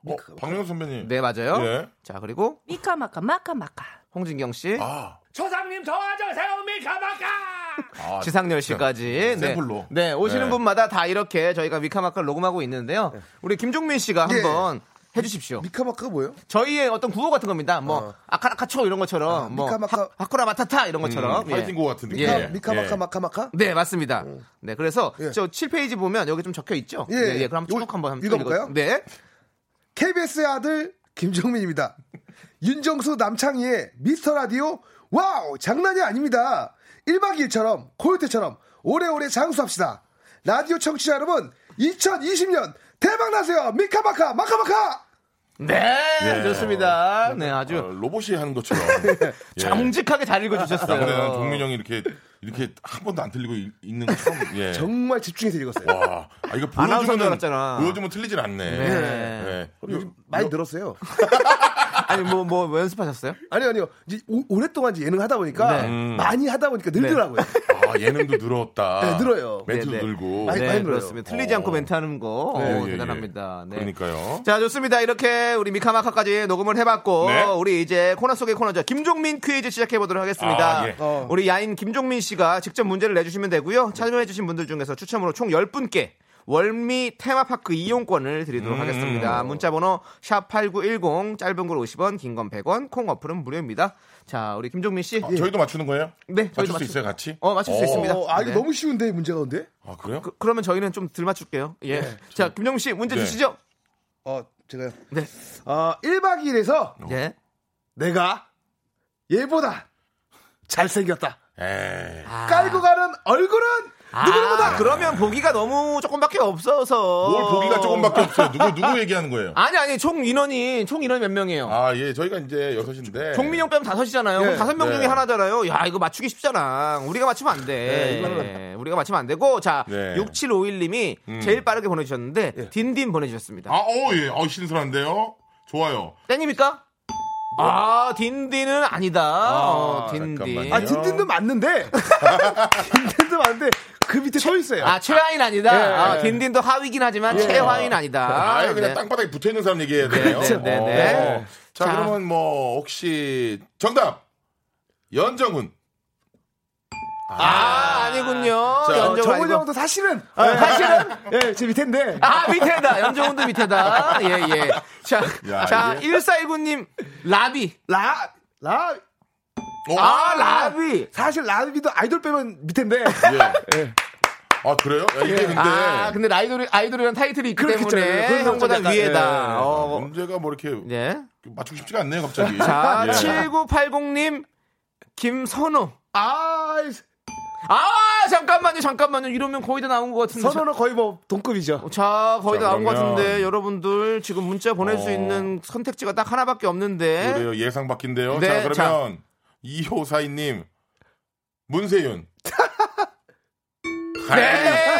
B: 어, 박명 선배님.
A: 네, 맞아요.
B: 예.
A: 자, 그리고
G: 미카마카 마카마카
A: 홍진경 씨,
B: 아,
H: 초상님 도와줘 세우미 가마카
B: 아,
A: 지상렬 씨까지 네.
B: 샘플로.
A: 네, 오시는
B: 네.
A: 분마다 다 이렇게 저희가 미카마카를 녹음하고 있는데요. 우리 김종민 씨가 한번 해주십시오.
C: 미카마카가 뭐예요?
A: 저희의 어떤 구호 같은 겁니다. 뭐 아카라카초 이런 것처럼 뭐
C: 미카마카.
A: 하- 하쿠라마타타 이런 것처럼 예.
B: 음, 파이팅고 같은 느낌.
A: 예.
C: 미카마카 마카마카?
A: 네 맞습니다. 네 그래서
C: 예.
A: 저 7페이지 보면 여기 좀 적혀 있죠.
C: 예.
A: 네, 예. 그럼 한번 쭉
C: 요-
A: 한번
C: 읽어볼까요?
A: 읽어- 네.
C: KBS의 아들 김정민입니다. 윤정수 남창희의 미스터 라디오 와우 장난이 아닙니다. 1박 2일처럼 코요태처럼 오래오래 장수합시다. 라디오 청취자 여러분 2020년 대박 나세요. 미카마카 마카마카.
A: 네,
B: 예.
A: 좋습니다. 네,
B: 아,
A: 아주
B: 로봇이 하는 것처럼. 예. 아,
A: 정직하게 잘
B: 저번에는
A: 읽어주셨어요.
B: 동민 형이 이렇게 이렇게 한 번도 안 틀리고 이- 읽는 거 처음. 예.
C: 정말 집중해서 읽었어요.
B: [LAUGHS] 와, 아, 이거
A: 아나운서인 줄
B: 보여주면
A: 알았잖아.
B: 보여주면 틀리진 않네.
A: 네.
B: 예. 요-
C: 요즘 많이 늘었어요.
A: 아니 뭐 뭐 연습하셨어요?
C: 아니요, 아니요. 이제 오, 랫동안 예능 하다 보니까
A: 네.
B: 음.
C: 많이 하다 보니까 늘더라고요.
B: 아, 예능도 늘었다.
C: 네, 늘어요.
B: 멘트도
A: 네, 네.
B: 늘고.
C: 많이-
A: 네,
C: 많이 늘어요.
A: 그렇습니다. 틀리지 않고
B: 어.
A: 멘트하는 거
B: 예,
A: 어,
B: 예, 예.
A: 대단합니다. 네.
B: 그러니까요.
A: 자 좋습니다 이렇게 우리 미카마카까지 녹음을 해봤고
B: 네.
A: 우리 이제 코너 속의 코너죠 김종민 퀴즈 시작해보도록 하겠습니다
B: 아, 예.
C: 어.
A: 우리 야인 김종민 씨가 직접 문제를 내주시면 되고요 참여해주신 분들 중에서 추첨으로 총 10분께 월미 테마파크 이용권을
B: 음.
A: 드리도록 하겠습니다 문자번호 샵8910 짧은 글 50원 긴 건 100원 콩 어플은 무료입니다 자 우리 김종민 씨네
B: 아, 저희도 맞추는 거예요? 맞출 수
A: 맞추-
B: 있어요, 같이?
A: 어 맞출 수
B: 어.
A: 있습니다
C: 어, 아 이거
A: 네.
C: 너무 쉬운데 문제가 근데?
B: 아, 그래요?
A: 그, 그러면 저희는 좀 덜 맞출게요 예. 자 김종민 씨 문제
B: 네.
A: 주시죠
C: 어 제가
A: 네.
C: 어 1박 2일에서
B: 어.
A: 예.
C: 내가 얘보다 잘생겼다.
B: 에이.
C: 깔고 가는 얼굴은
A: 아.
B: 아.
A: 누구보다 그러면 보기가 너무 조금밖에 없어서
B: 뭘 보기가 조금밖에 없어요. 누구 누구 얘기하는 거예요?
A: 아니 아니 총 인원이 총 인원이 몇 명이에요?
B: 아, 예. 저희가 이제 여섯인데
A: 종민 형 빼면 다섯이잖아요. 그럼 다섯 명
B: 네.
A: 중에 하나잖아요. 야 이거 맞추기 쉽잖아. 우리가 맞추면 안 돼. 예, 우리가 맞추면 안 되고 자
B: 네. 음. 예.
A: 6751님이 제일 빠르게 보내주셨는데 딘딘 보내주셨습니다.
B: 아, 어, 예. 어, 신선한데요. 좋아요.
A: 땡입니까? 아 딘딘은 아니다. 어, 딘딘.
B: 잠깐만요.
C: 아
A: [LAUGHS]
C: 딘딘도 맞는데 딘딘도 맞는데 그 밑에 서 있어요.
A: 아 최하인 아니다.
C: 예.
A: 아, 딘딘도 하위긴 하지만 최하인 아니다.
B: 예. 아, 예 그냥
A: 네.
B: 땅바닥에 붙어 있는 사람 얘기해야 되네요.
A: 네, 네, 네.
B: 어. 자,
A: 자.
B: 그러면 뭐 혹시 정답. 연정훈.
A: 아 아니군요.
B: 자,
A: 연정
C: 어, 정훈
A: 아니고.
C: 형도 사실은 사실은 [LAUGHS] 예제 밑인데
A: 아, 밑에다. 연정훈도 밑에다. 예, 예. 자,
B: 야,
A: 자,
B: 이게-
A: 1419님, 라비.
C: 라 라.
B: 어,
A: 아, 라비.
C: 사실 라비도 아이돌 빼면
A: [LAUGHS]
C: 밑인데
B: 예. 아, 그래요? 야, 이게 근데
A: 아, 근데 아이돌이, 아이돌이란 타이틀이 있기
C: 그렇겠죠. 예,
A: 때문에
C: 그건
A: 형보다
C: 약간,
A: 위에다.
C: 예.
A: 어,
B: 문제가 뭐 이렇게
A: 네.
B: 맞추기 쉽지가 않네요, 갑자기.
A: 자,
B: 예.
A: 7980님, 김선호.
C: 아
A: 아, 잠깐만요, 잠깐만요. 이러면 거의 다 나온 것 같은데.
C: 선호는 거의 뭐
A: 어,
C: 동급이죠.
A: 자, 거의 다
B: 자,
A: 나온 것
B: 그러면-
A: 같은데, 여러분들 지금 문자 보낼 수 있는 선택지가 딱 하나밖에 없는데.
B: 그래요. 예상 바뀐데요.
A: 네,
B: 자, 그러면 2호 사인님 문세윤.
A: 네.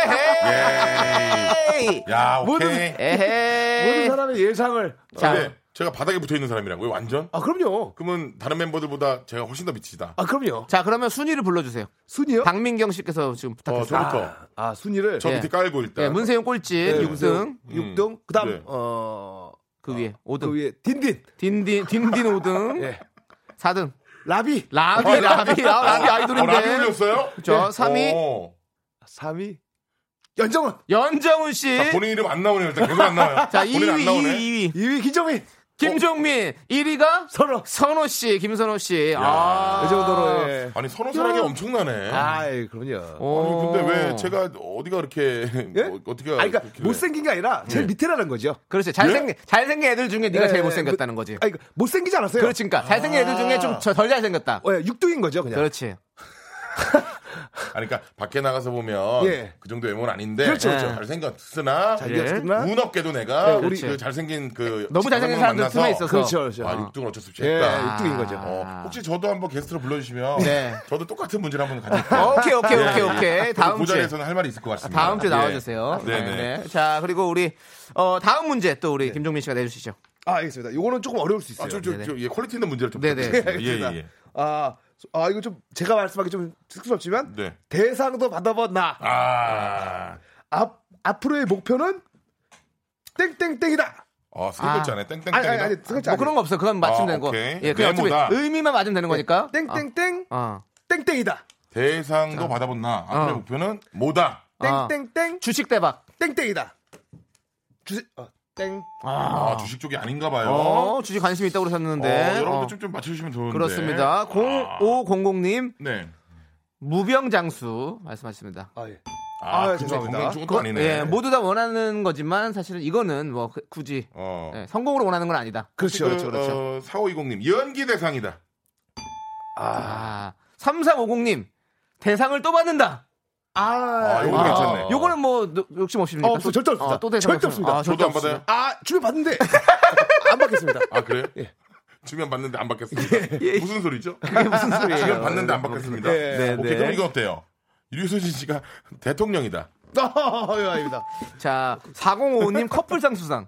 A: 에헤이!
B: 예. 야,
C: 모든-
B: 오케이. 네.
C: 모든
A: 에헤이!
C: 사람의 예상을
A: 자,
B: 근데 제가 바닥에 붙어 있는 사람이라고요, 완전?
C: 아 그럼요.
B: 그러면 다른 멤버들보다 제가 훨씬 더 미치다.
C: 아 그럼요.
A: 자, 그러면 순위를 불러주세요.
C: 순이요?
A: 박민경 씨께서 지금
B: 어,
A: 부탁드립니다.
B: 저부터.
C: 아 순이를
B: 저
A: 예.
B: 밑에 깔고 일단. 어,
A: 네, 문세윤 꼴찌
C: 네,
A: 육 6등,
B: 음.
C: 6등 그다음
B: 네.
C: 어그
A: 그 위에 5등,
C: 위에 딘딘
A: 딘딘 딘딘
B: [LAUGHS]
A: 5등,
B: 네.
C: 예.
A: 4등,
C: 라비
A: 라비 라비 라- 라비
B: 어, 라비
A: 아이돌인데.
B: 올렸어요?
A: 저 삼 위.
B: 어.
C: 3위 연정은
A: 연정훈 씨,
B: 자, 본인 이름 안 나오네요. 일단 계속 안 나와요.
A: 자
B: 본인
A: 2위,
B: 안 나오네.
A: 2위, 2위,
C: 2위 김정민
A: 김종민, 1위가
C: 선호
A: 선호 씨, 김선호 씨. 아,
B: 그
C: 이 정도로 예.
B: 아니, 서로 사랑이 엄청나네.
C: 아이 그럼요.
B: 아니,
A: 오.
B: 어, 근데 왜 제가 어디가 이렇게
A: 예?
B: 뭐, 어떻게
C: 아, 그러니까
B: 이렇게
C: 못생긴 게 아니라 제일 밑에라는 거죠.
A: 그렇지 잘생긴
B: 예?
A: 잘생긴 애들 중에 네. 네가
C: 예,
A: 제일
C: 예,
A: 못생겼다는
C: 그-
A: 거지.
C: 아니, 그러니까 못생기지 않았어요. 예,
A: 그렇지,
B: 아.
A: 그러니까 잘생긴 애들 중에 좀 덜 잘생겼다.
C: 어, 예, 육등인 거죠, 그냥.
A: 그렇지.
B: 아니, 그러니까 밖에 나가서 보면
C: 예.
B: 그 정도 외모는 아닌데
C: 그렇죠,
A: 그렇죠.
B: 잘생겼으나
C: 잘 됐으나?
B: 운 없게도 내가
C: 네,
B: 우리
C: 그렇지.
B: 그 잘생긴 그
A: 너무 잘생긴 사람들
B: 만나서
A: 틈에 있어서.
C: 그렇죠, 그렇죠.
B: 아, 6등을 어쩔 수 없이
C: 예,
B: 했다.
C: 아. 6등인 거죠.
B: 어, 혹시 저도 한번 게스트로 불러주시면
A: 네.
B: 저도 똑같은 문제를 한번
A: [LAUGHS]
B: 가질게요.
A: 오케이 오케이
B: 예,
A: 오케이
B: 예.
A: 오케이.
B: 그리고
A: 다음
B: 그
A: 주에
B: 자리에서는 할 말이 있을 것 같습니다.
A: 다음 주에
B: 예.
A: 나와주세요.
B: 네,
A: 네,
B: 네.
A: 네. 자 그리고 우리 어, 다음 문제 또 우리 김종민 씨가 내주시죠.
C: 아, 알겠습니다. 이거는 조금 어려울 수 있어요.
B: 아, 저, 저, 저, 예, 퀄리티 있는 문제를 좀
A: 네, 네.
B: 부탁드립니다. 예, 예.
C: 아, 소- 아, 이거 좀 제가 말씀하기 좀 쑥스럽지만
B: 네.
C: 대상도 받아본 나.
B: 아,
C: 앞 앞으로의 목표는 땡땡땡이다.
B: 아, 세 글자네. 땡땡땡.
C: 아니 아니 아니 생각지
A: 뭐 그런 거 없어요. 그건 맞추면
B: 아,
A: 되는 거.
B: 오케이.
A: 예, 그냥 어차피
B: 네모다.
A: 의미만 맞으면 되는 거니까.
C: 예, 땡땡땡
A: 아,
C: 땡땡이다.
B: 대상도 받아본 나. 앞으로의
A: 어.
B: 목표는 뭐다.
A: 아.
C: 땡땡땡
A: 주식 대박.
C: 땡땡이다. 주세 어, 땡.
B: 아, 주식 쪽이 아닌가 봐요.
A: 어, 주식 관심 있다고 그러셨는데.
B: 어, 여러분도
A: 어,
B: 좀, 좀 맞춰주시면 좋은데. 아.
A: 그렇습니다. 0500님
B: 네.
A: 무병장수 말씀하셨습니다.
C: 아 예.
B: 아,
C: 아,
B: 그쵸.
C: 죄송합니다.
B: 건강 쪽은 또 아니네.
A: 예, 모두 다 원하는 거지만 사실은 이거는 뭐 그- 굳이
B: 어.
A: 예, 성공으로 원하는 건 아니다.
C: 그렇죠.
B: 그,
C: 그렇죠.
A: 그렇죠.
B: 어, 4520님, 연기 대상이다.
A: 아, 3450님 대상을 또 받는다.
B: 아,
C: 아,
B: 요거 괜찮네.
A: 요거는 뭐 노- 욕심 없습니다.
C: 어, 없어. 절대 없습니다.
A: 또 대상
C: 절대 없습니다.
A: 아, 절대
B: 저도 안
A: 없습니다.
B: 받아요.
C: 아,
A: [LAUGHS]
C: 주변 봤는데 안 받겠습니다.
B: 아, 그래요?
A: 예.
B: 주변 봤는데 안
A: [LAUGHS]
B: 받겠습니다. 무슨 소리죠?
A: 무슨 소리예요?
B: [LAUGHS] 주변 봤는데 안 받겠습니다.
C: 네,
A: 네.
B: 오케이, 그럼 이거 어때요? 유소진 씨가 [LAUGHS] 대통령이다.
C: 아, 예, 아닙니다.
A: 자, 4055님 [LAUGHS] 커플상 수상.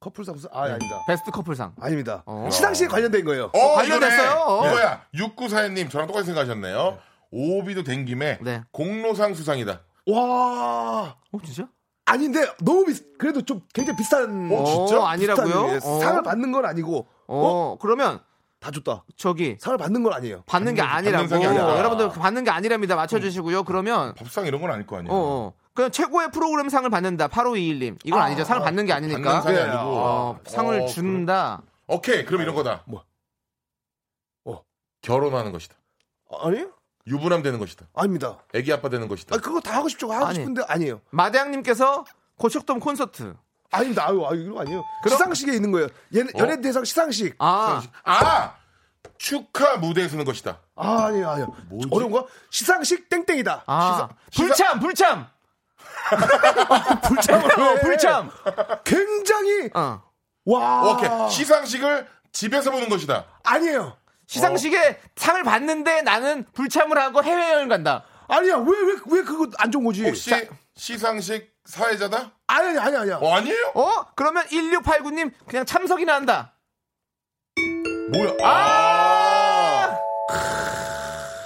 C: 커플 상수 아, 예, 아닙니다.
A: 베스트 커플상.
C: 아닙니다.
A: 어.
C: 시상식에 관련된 거예요.
B: 어,
A: 관련됐어요? 어.
B: 이거네. 이거야. 6941님, 저랑 똑같이 생각하셨네요. 오비도 된 김에
A: 네.
B: 공로상 수상이다.
C: 와.
A: 어, 진짜?
C: 아닌데 너무 비 그래도 좀 굉장히 비싼
A: 어, 진짜? 아니라고요?
C: 비싼,
A: 어.
C: 예, 상을 받는 건 아니고
A: 어, 그러면
C: 다 줬다.
A: 저기
C: 상을 받는 건 아니에요.
A: 받는 게 아니라고.
B: 상이 아니라.
A: 여러분들 그 받는 게 아니랍니다. 맞춰주시고요. 그러면
B: 밥상 이런 건 아닐 거 아니에요.
A: 어, 어. 그냥 최고의 프로그램 상을 받는다. 8521님. 이건 아니죠. 상을 받는 게 아니니까.
B: 받는 상이
C: 예.
B: 아니고.
A: 그러니까. 어, 상을
B: 어,
A: 준다.
B: 그럼- 오케이, 그럼 이런 거다.
C: 뭐? 어.
B: 결혼하는 것이다.
C: 아, 아니에요?
B: 유부남 되는 것이다.
C: 아닙니다.
B: 애기 아빠 되는 것이다.
C: 아 그거 다 하고 싶죠. 하고
A: 아니.
C: 싶은데 아니에요.
A: 마대왕님께서 고척돔 콘서트.
C: 아닙니다. 아유, 아유 이거 아니에요.
A: 그럼- 어?
C: 시상식에 있는 거예요. 연, 연예 대상 시상식.
A: 아,
B: [LAUGHS] 아! 축하 무대에 서는 것이다.
C: 아, 아니에요, 아니에요. 어려운 거? 시상식 땡땡이다.
A: 아. 불참, 불참! [LAUGHS] 불참으로, 불참!
C: 굉장히
A: 어.
C: 와.
B: 오케이. 시상식을 집에서 보는 것이다.
C: 아니에요.
A: 시상식에 상을 받는데 나는 불참을 하고 해외여행 간다.
C: 아니야. 왜 왜 왜 그거 안 좋은 거지?
B: 혹시 시상식 사회자다?
C: 아니 아니 아니 아니야.
B: 어, 아니에요?
A: 어? 그러면 1689님 그냥 참석이나 한다.
B: 뭐야? 아!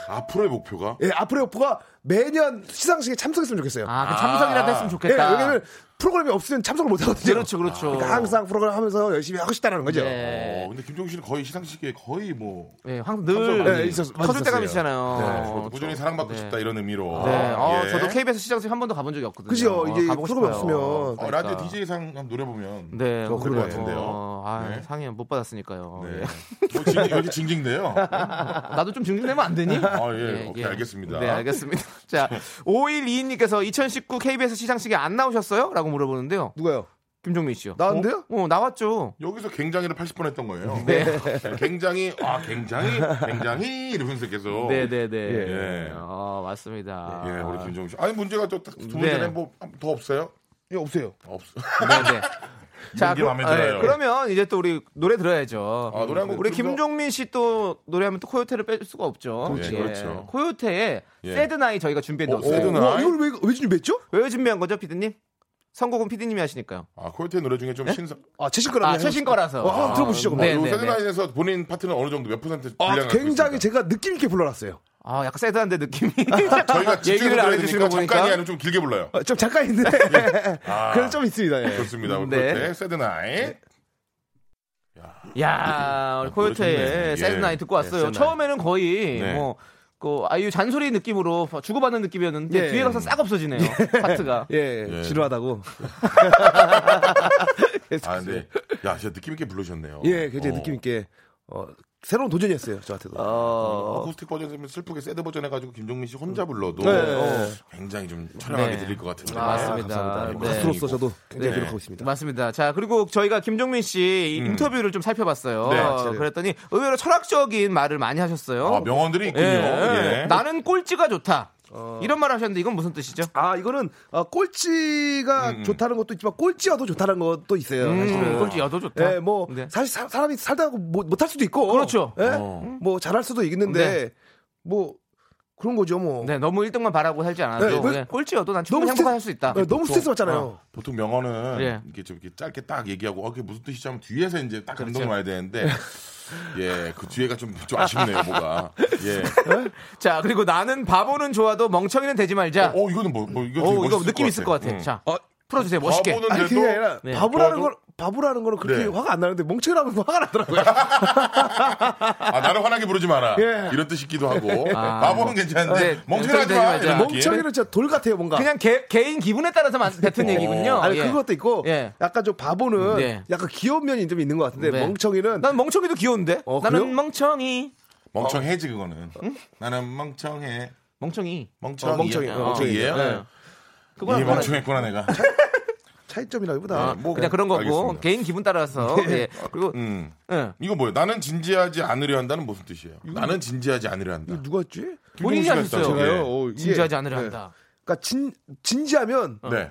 B: 앞으로의 목표가?
C: 예, 앞으로 여포가 매년 시상식에 참석했으면 좋겠어요.
A: 아, 그 참석이라도 했으면
C: 예,
A: 좋겠다.
C: 왜냐면 프로그램이 없으면 참석을 못 하거든요.
A: 그렇죠, 그렇죠.
C: 그러니까 항상 프로그램 하면서 열심히 하고 싶다라는 거죠.
A: 네.
B: 어, 근데 김종국 씨는 거의 시상식에 거의 뭐
A: 예,
C: 참석
A: 항늘
C: 많이
A: 늘
C: 있었- 많이
A: 터질 때가
C: 있었어요. 네.
A: 있잖아요. 어,
B: 꾸준히 사랑받고
A: 네.
B: 싶다 이런 의미로.
A: 네, 어,
B: 예.
A: 저도 KBS 시상식 한 번도 가본 적이 없거든요. 아,
C: 그죠? 이게
A: 가보고
C: 프로그램
A: 싶어요. 그러니까.
C: 없으면.
B: 어, 라디오 DJ상 한번 노려보면.
A: 네,
B: 어, 그럴
A: 그래요.
B: 것 같은데요.
A: 어, 아,
B: 네.
A: 상해 못 받았으니까요.
B: 네.
A: 예. 아,
B: 뭐 징- 여기 징징대요.
A: [LAUGHS] 나도 좀 증진되면 안 되니?
B: 아, [LAUGHS] 예. 오케이, 알겠습니다.
A: 네, 알겠습니다. [LAUGHS] 자, 5122님께서 2019 KBS 시상식에 안 나오셨어요? 라고 물어보는데요.
C: 누가요?
A: 김종민 씨요.
C: 나왔는데요?
A: 어, 나왔죠.
B: 여기서 굉장히를 80번 했던 거예요.
A: 네.
B: 굉장히, 아, 굉장히, 굉장히, 이러면서 계속.
A: 네, 네, 네.
B: 예.
A: 어, 맞습니다.
B: 어. 예, 우리 김종국 씨. 아니, 문제가 또 두 문제는
A: 네.
B: 뭐 더 없어요?
C: 예, 없어요.
B: 없어.
A: 네, 네. 자,
B: 이게
A: 그,
B: 마음에 들어요.
A: 러면 이제 또 우리 노래 들어야죠.
B: 아, 노래 한곡
A: 우리
B: 들고.
A: 김종민 씨 또 노래하면 또 코요태를 뺄 수가 없죠. 예.
B: 그렇죠. 그렇죠.
A: 코요태의
B: 예.
A: 새드나이 저희가
B: 어,
A: 준비해놨어요.
B: 새드나이.
C: 와, 이걸 왜, 왜 준비했죠?
A: 왜 준비한 거죠, 피디님? 선곡은 피디님이 하시니까요.
B: 아, 코요태 노래 중에 좀 신선.
C: 아, 최신 거라
A: 아, 최신 거라서.
C: 어, 한번 들어보시죠, 그럼.
A: 네,
B: 요
A: 네, 네.
B: 세드라인에서 본인 파트는 어느 정도 몇 퍼센트
C: 아,
B: 분량을 갖고
C: 굉장히
B: 있습니까?
C: 제가 느낌 있게 불러놨어요.
A: 아, 약간 새드한데 느낌이.
B: 아, 저희가
A: 얘기를
B: 집중을
A: 안
B: 안
A: 해주시는 거
B: 해주시니까
A: 보니까.
B: 잠깐이 아니면 좀 길게 불러요. 아,
C: 아, 좀 잠깐 [LAUGHS] 있는데. 네. 그래도 좀 있습니다. 예.
B: 좋습니다. 우리
A: 네.
B: 네. 세드나이.
A: 야, 우리
B: 모르겠네.
A: 코요태의
B: 예.
A: 새드나이 듣고 왔어요.
B: 새드나이.
A: 처음에는 거의
B: 네.
A: 뭐. 그 아이유 잔소리 느낌으로 주고받는 느낌이었는데
B: 네.
C: 예.
A: 뒤에 가서 싹 없어지네요 파트가
C: 예,
B: 예.
C: 지루하다고.
B: 아,
A: 네.
B: 근데 야, 진짜 느낌 있게 부르셨네요.
C: 예, 굉장히
B: 어.
C: 느낌 있게. 어, 새로운 도전이었어요, 저한테도.
B: [LAUGHS]
A: 아,
B: 음, 어쿠스틱 버전이면 슬프게 새드 버전 해가지고 김종민 씨 혼자 불러도
C: 네.
B: 어, 굉장히 좀 처량하게
A: 음. 네.
B: 들릴 것 같은데.
A: 아, 맞습니다.
B: 감사합니다.
A: 네.
C: 가수로서 저도 굉장히
B: 네.
C: 노력하고 있습니다. 음.
A: 맞습니다. 자, 그리고 저희가 김종민 씨 인터뷰를 좀 살펴봤어요.
B: 네,
A: 어, 그랬더니 의외로 철학적인 말을 많이 하셨어요.
C: 아,
B: 아, 명언들이 있군요.
A: 예,
B: 예.
A: 나는 꼴찌가 좋다.
C: 어.
D: 이런 말 하셨는데 이건 무슨 뜻이죠?
C: 아 이거는 어, 꼴찌가 좋다는 것도 있지만 꼴찌여도 좋다는 것도 있어요. 음, 사실은.
A: 음, 꼴찌 여도 좋다.
C: 예, 뭐
A: 네.
C: 사실 사, 람이 살다가 못, 못할 수도 있고,
A: 그렇죠.
C: 예? 뭐 잘할 수도 있는데 뭐 그런 거죠, 뭐.
A: 네, 너무 1등만 바라고 살지 않아도
C: 네, 뭐-
A: 그냥 꼴찌여도 난 충분히
C: 스트레스-
A: 행복할 수 있다. 어.
C: 예, 너무 스트레스 받잖아요.
B: 보통 명언은
A: 예.
B: 이렇게 좀 이렇게 짧게 딱 얘기하고 어, 그게 무슨 뜻이지 하면 뒤에서 이제 딱 감동을
A: 그렇죠.
B: 와야 되는데
A: [LAUGHS]
B: 예, 그 뒤에가 좀, 좀 아쉽네요, 뭐가. 예.
A: 자, 그리고 나는 바보는 좋아도 멍청이는 되지 말자.
B: 어, 이거는 뭐, 뭐 이거 되게
A: 오, 이거
B: 멋있을
A: 느낌 있을 것 같아.
B: 음.
A: 자,
C: 아,
A: 풀어주세요. 멋있게.
B: 바보는
C: 아니
B: 돼도
C: 그게 아니라
A: 네.
C: 바보라는
B: 저도-
C: 걸 바보라는 거는 그렇게
B: 네.
C: 화가 안 나는데 멍청이라면 화가 나더라고요.
B: 아, 나를 화나게 부르지 마라.
C: 예.
B: 이런 뜻이기도 하고.
A: 아,
B: 바보는
A: 뭐.
B: 괜찮은데
A: 네,
B: 멍청하지
A: 멍청이
B: 마.
A: 되지
B: 이런
A: 말자.
B: 느낌.
C: 멍청이는 진짜 돌 같아요, 뭔가.
A: 그냥 개, 개인 기분에 따라서 만- 뱉은 얘기군요.
C: 아니
A: 예.
C: 그것도 있고
A: 예.
C: 약간 좀 바보는
A: 네.
C: 약간 귀여운 면이 좀 있는 것 같은데
A: 네.
C: 멍청이는
A: 난 멍청이도 귀여운데.
C: 어,
A: 나는
C: 그래요?
A: 멍청이.
B: 멍청해지 그거는. 나는 멍청해.
A: 멍청이.
B: 멍청이.
C: 어, 멍청이. 어,
B: 아, 멍청이에요?
A: 네.
B: 이
A: 하나-
B: 멍청했구나 내가.
C: [LAUGHS] 차이점이라기보다
B: 뭐
A: 그냥 그런 거고
B: 알겠습니다.
A: 개인 기분 따라서 예. 그리고
B: 음.
A: 예.
B: 이거 뭐예요? 나는 진지하지 않으려 한다는 무슨 뜻이에요?
C: 뭐-
B: 나는 진지하지 않으려 한다.
C: 누가 했지?
A: 본인이
B: 김종수 씨가
A: 하셨어요.
B: 했다고.
C: 제가요? 어, 이게-
A: 진지하지 않으려
C: 네.
A: 한다.
C: 그러니까 진 진지하면
B: 예. 네.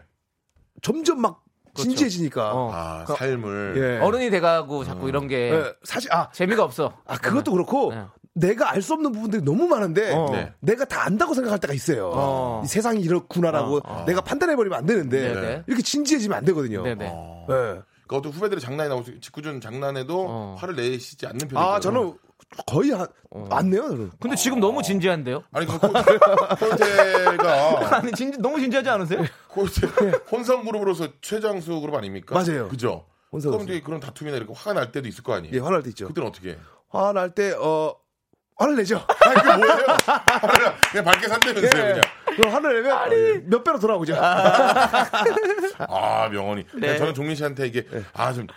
C: 점점 막 진지해지니까.
A: 어.
B: 아, 삶을
C: 예.
A: 어른이 돼가고 자꾸 이런 게
C: 예, 사실 아,
A: 재미가 없어.
C: 아 그것도 그렇고
A: 네.
C: 내가 알 수 없는 부분들이 너무 많은데
B: 네.
C: 내가 다 안다고 생각할 때가 있어요.
A: 어.
C: 이 세상이 이렇구나라고
B: 어.
C: 내가 판단해 버리면 안 되는데
A: 네, 네.
C: 이렇게 진지해지면 안 되거든요.
A: 네네.
C: 예.
B: 그러니까 어떤 후배들의 장난이 나오고 직구준 장난에도
A: 어.
B: 화를 내시지 않는 편이에요.
C: 아 저는 거의 안, 안 내요. 저는.
A: 근데 지금 너무 진지한데요?
B: 아니 그 [LAUGHS] 꼴-
C: [LAUGHS]
B: 꼴대가
A: 아니 진지 너무 진지하지 않으세요?
B: 꼴대 혼성 그룹으로서 최장수 그룹 아닙니까?
C: 맞아요.
B: 그죠?
C: 혼성
B: 그럼
C: 그룹.
B: 이제 그런 다툼이나 이렇게 화가 날 때도 있을 거 아니에요.
C: 예, 화날 때 있죠.
B: 그때는 어떻게? 해?
C: 화날 때 어 화를
A: [LAUGHS]
C: 내죠.
B: 아니 그 뭐예요? [LAUGHS] 화를 그냥 밝게 산다면서요
C: 예.
B: 그냥.
C: 그럼 화를 내면 예, 몇 배로 돌아오죠.
B: 아 명언이. 그냥 저는 종민 씨한테 이게 아 좀.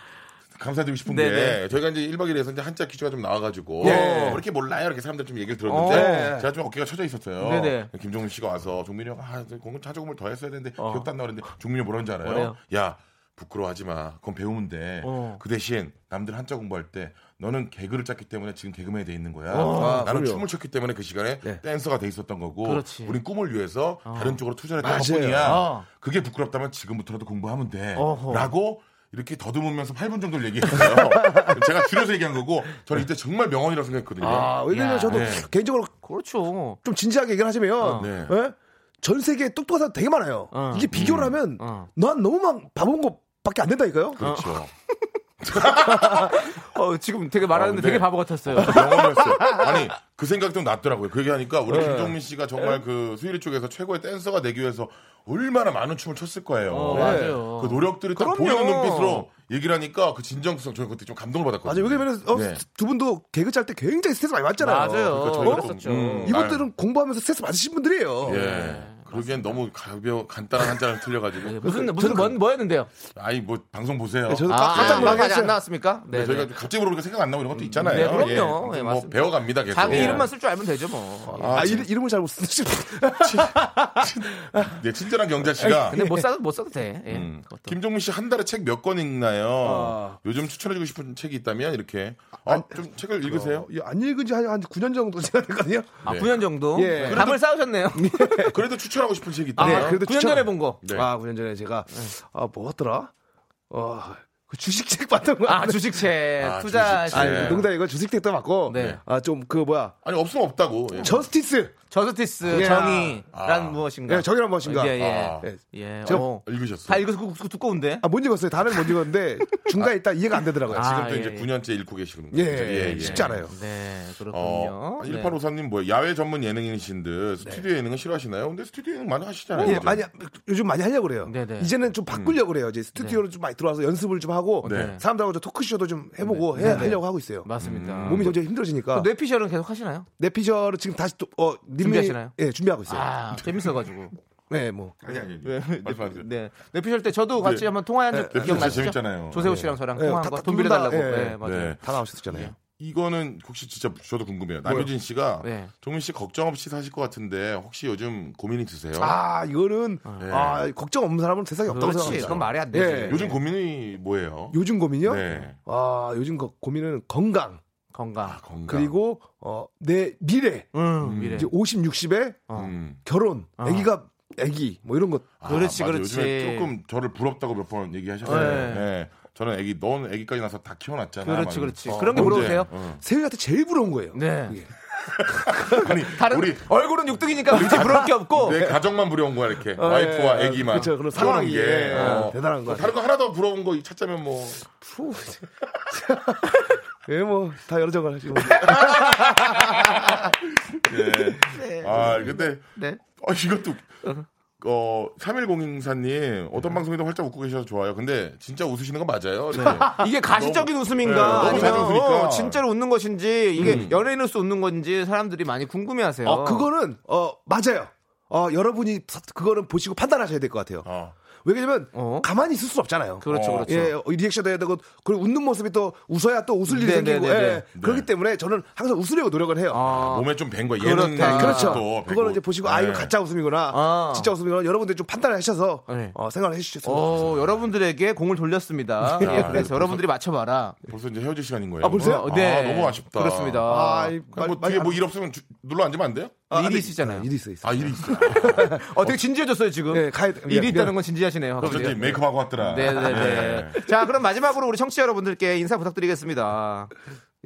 B: 감사드리고 싶은
A: 네,
B: 게 저희가 이제 1박 2일에서 이제 한자 퀴즈가 좀 나와가지고
C: 예.
B: 어, 이렇게 몰라요 이렇게 사람들 좀 얘기를 들었는데
C: 어.
B: 제가 좀 어깨가 처져 있었어요.
A: 네, 네.
B: 김종민 씨가 와서 종민이 형 아, 저 공부 자조금을 더 했어야 되는데 기억도 안 나는데 종민이 형 뭐라는 줄 알아요?
A: 뭐래요?
B: 야 부끄러워하지 마. 그건 배우면 돼. 그 대신 남들 한자 공부할 때 너는 개그를 짰기 때문에 지금 개그맨이 돼 있는 거야. 나는 춤을 췄기 때문에 그 시간에 댄서가 돼 있었던 거고
A: 그렇지.
B: 우린 꿈을 위해서 다른 쪽으로 투자했던
C: 맞아요.
B: 것뿐이야.
A: 어.
B: 그게 부끄럽다면 지금부터라도 공부하면 돼.
A: 어허.
B: 라고 이렇게 더듬으면서 8분 정도를 얘기했어요. [LAUGHS] 제가 줄여서 얘기한 거고 저는 이때 정말 명언이라고 생각했거든요.
C: 아, 왜냐면
A: 야.
C: 저도
B: 네.
C: 개인적으로
A: [LAUGHS] 그렇죠.
C: 좀 진지하게 얘기를 하시면
B: 네.
C: 예? 전 세계에 똑똑한 사람 되게 많아요.
A: 어.
C: 이게 비교를 하면
A: 어.
C: 난 너무 막 바본 것밖에 안 된다니까요.
B: 그렇죠.
A: 어, 지금 되게 말하는데
B: 어, 네.
A: 되게 바보 같았어요.
B: 명언이었어요. 아니 그 생각도 났더라고요. 그 얘기하니까
A: 네.
B: 우리 김종민 씨가 정말 그 수일이 쪽에서 최고의 댄서가 되기 위해서 얼마나 많은 춤을 췄을 거예요.
A: 어, 맞아요.
B: 그 노력들이 딱
A: 그럼요.
B: 보이는 눈빛으로 얘기를 하니까 그 진정성 저는 그때 좀 감동을 받았거든요.
C: 맞아요. 왜냐면 어,
B: 네.
C: 두 분도 개그 짤 때 굉장히 스트레스 많이 받잖아요.
A: 맞아요.
B: 그러니까 저희가 좀,
A: 어, 그랬었죠.
B: 음.
C: 이분들은 공부하면서 스트레스 받으신 분들이에요.
B: 예. 그러기엔 너무 가벼 간단한
A: [LAUGHS]
B: 한자를 틀려가지고
A: 네, 무슨 무슨 뭔 뭐였는데요?
B: 아이 뭐 방송 보세요.
C: 네, 저도
A: 아,
B: 그,
C: 깜짝
A: 깜짝
C: 놀랐어요.
A: 아직 안 나왔습니까? 네.
B: 저희가
A: 네.
B: 갑자기 물어보니까 생각 안 나고 이런 것도 있잖아요.
A: 네, 그럼요.
B: 예.
A: 네,
B: 뭐
A: 맞습니다.
B: 배워갑니다 계속.
A: 자기
B: 예.
A: 이름만 쓸 줄 알면 되죠, 뭐.
B: 아,
C: 아,
B: 진-
C: 이름, 이름을 잘못 쓰시
B: 네, 친절한 경자 씨가 음,
A: 근데 못 써도 못 써도 돼. 예. 그것도.
B: 김종민 씨 한 달에 책 몇 권 읽나요?
A: 아.
B: 요즘 추천해주고 싶은 책이 있다면 이렇게 아, 좀 책을 읽으세요.
C: 어, 예, 안 읽은 지 한 9년 정도 지난 거든요
A: 아,
B: 네.
A: 9년 정도.
C: 예.
A: 네. 담을 쌓으셨네요.
B: [LAUGHS] 그래도 추천하고 싶은 책이
A: 아,
B: 있다면.
C: 그래도
A: 9년
C: 추천.
A: 전에 본 거.
B: 네.
C: 아, 9년 전에 제가 아, 뭐였더라? 어, 그 주식책 봤던 거.
A: 아,
C: 같은데.
A: 주식채
B: 아,
A: 투자
B: 주식채.
C: 네. 아니, 네. 농담이고 주식책도 맞고.
A: 네.
C: 아, 좀 그 뭐야?
B: 아니 없으면 없다고. 예.
C: 저스티스.
A: 저스티스
C: 예.
A: 정의란
B: 아.
A: 무엇인가?
C: 예, 저기란 무엇인가?
A: 예, 예.
B: 아.
C: 예.
A: 예.
C: 제가
A: 어.
B: 읽으셨어요.
A: 다 읽어서 그- 그 두꺼운데.
C: 아, 못 읽었어요. 다른 못 읽었는데 중간에 일단 이해가 안 되더라고요.
A: 아,
B: 지금 또
A: 예,
B: 이제
A: 예.
B: 9년째 읽고 계시는
C: 예,
B: 거죠.
C: 예, 쉽지 않아요.
A: 네, 그렇군요.
B: 어,
A: 네.
B: 1854님 뭐예요? 야외 전문 예능이신 듯 스튜디오 예능은 싫어하시나요? 근데 스튜디오 예능 많이 하시잖아요.
C: 예,
B: 요즘.
C: 많이 요즘 많이 하려고 그래요.
A: 어, 네네. 음. 네.
C: 이제는 좀 바꾸려고 그래요. 이제 스튜디오로 좀 많이 들어와서 연습을 좀 하고
B: 네.
C: 사람들하고 좀 토크쇼도 좀 해보고 해, 하려고 하고 있어요.
A: 네. 맞습니다.
C: 음,
A: 뭐,
C: 몸이 점점 힘들어지니까
A: 뇌피셜은 계속 하시나요?
C: 뇌피셜을 지금 다시 또 어, 님이-
A: 준비하시나요?
C: 예, 준비하고 있어요.
A: 아, 재밌어가지고.
C: 네, 뭐
B: 아니 아니. 아니. 말씀하세요.
A: 네. 뇌피셜 때 저도 같이
B: 네.
A: 한번 통화한 적
B: 네,
A: 기억나시죠?
B: 재밌잖아요.
A: 조세호 씨랑 저랑
C: 네,
A: 통화한
C: 다-
A: 거
C: 다
A: 돈
C: 둘 다,
A: 빌려달라고.
C: 예.
A: 네, 맞아요.
B: 네.
C: 다 나오셨잖아요.
B: 이거는 혹시 진짜 저도 궁금해요. 남효진 씨가
A: 네.
B: 종민 씨 걱정 없이 사실 것 같은데 혹시 요즘 고민이 드세요?
C: 아, 이거는 아, 걱정 없는 사람은 세상에 없다고
A: 어, 네. 그렇지.
C: 생각해요.
A: 그건 말이 안 되지.
C: 예.
B: 요즘 고민이 뭐예요?
C: 요즘 고민이요?
B: 네.
C: 아, 요즘 거- 고민은 건강.
A: 건강.
B: 건강.
C: 그리고 어, 내 미래
A: 음, 미래.
C: 이제 50, 60에
A: 어.
B: 음.
C: 결혼, 아기가 아기 뭐 이런 것
A: 그렇지,
B: 맞아요.
A: 그렇지.
B: 요즘에 조금 저를 부럽다고 몇 번 얘기하셨어요. 네. 저는 애기, 넌 애기까지 나서 다 키워놨잖아.
A: 그렇지,
B: 막
A: 그렇지.
B: 이러면서.
A: 그런 게
B: 언제?
A: 물어보세요. [LAUGHS]
B: 어.
C: 세윤이한테 제일 부러운 거예요.
A: 네.
C: 그게.
B: 아니,
A: 다른
B: 우리
A: 얼굴은 육등이니까 그렇지 부러울 게 없고.
B: 내 가정만 부러운 거야 이렇게
A: 어,
B: 와이프와
C: 예,
B: 애기만.
A: 그렇죠.
C: 그쵸, 그런
B: 아, 그런
C: 상황이, 예,
B: 어.
C: 대단한 거
B: 다른 거 하나 더 부러운 거 찾자면 뭐
C: 예, 뭐 다 여러 정을 하시고
B: 네. 아, 근데
A: 네.
B: 어, 이것도 어 3102사님 어떤 방송에도 활짝 웃고 계셔서 좋아요. 근데 진짜 웃으시는 거 맞아요. 네.
A: 이게 가시적인 웃음인가
B: 네, 너무
A: 아니면
B: 잘 웃으니까.
A: 어, 진짜로 웃는 것인지 이게 연예인으로서 웃는 건지 사람들이 많이 궁금해하세요.
C: 어, 그거는 어 맞아요. 어 여러분이 사- 그거는 보시고 판단하셔야 될 것 같아요.
B: 어.
C: 왜냐면
A: 어?
C: 가만히 있을 수 없잖아요.
A: 그렇죠, 그렇죠.
C: 예, 어, 리액션도 해야 되고 그리고 웃는 모습이 또 웃어야 또 웃을 일이
A: 네,
C: 생기고
A: 네, 네,
C: 예,
A: 네.
C: 그렇기 때문에 저는 항상 웃으려고 노력을
A: 아,
C: 해요.
B: 몸에 좀 뵌 거야. 얘는
A: 그렇다.
C: 그렇죠.
B: 또
C: 그거는
B: 뱉고.
C: 이제 보시고 아 이거
B: 네.
C: 가짜 웃음이구나,
A: 아.
C: 진짜 웃음이구나 여러분들 좀 판단을 하셔서
A: 네.
C: 어, 생각을 해주셨으면 좋겠어요.
A: 어, 여러분들에게 공을 돌렸습니다. 예,
B: 야,
A: 그래서 여러분들이 맞춰봐라.
B: 벌써 이제 헤어질 시간인 거예요.
C: 아, 벌써요?
B: 아,
A: 네.
B: 너무 아쉽다.
A: 그렇습니다.
C: 아, 이
B: 그냥 뭐
C: 말-
B: 뒤에
C: 말이
B: 뭐 일 없으면 주- 눌러 앉으면 안 돼요?
C: 안-
A: 일이
C: 아,
A: 있으잖아요.
C: 일이 있어 있어.
B: 아, 일이 있어.
A: 어, 되게 진지해졌어요 지금.
C: 네, 가야- 미안,
A: 일이 있다는 건 진지하시네요.
B: 어쩐지 메이크업하고 왔더라. 뭐
A: 네네네. 자, 그럼 마지막으로 우리 청취자 여러분들께 인사 부탁드리겠습니다.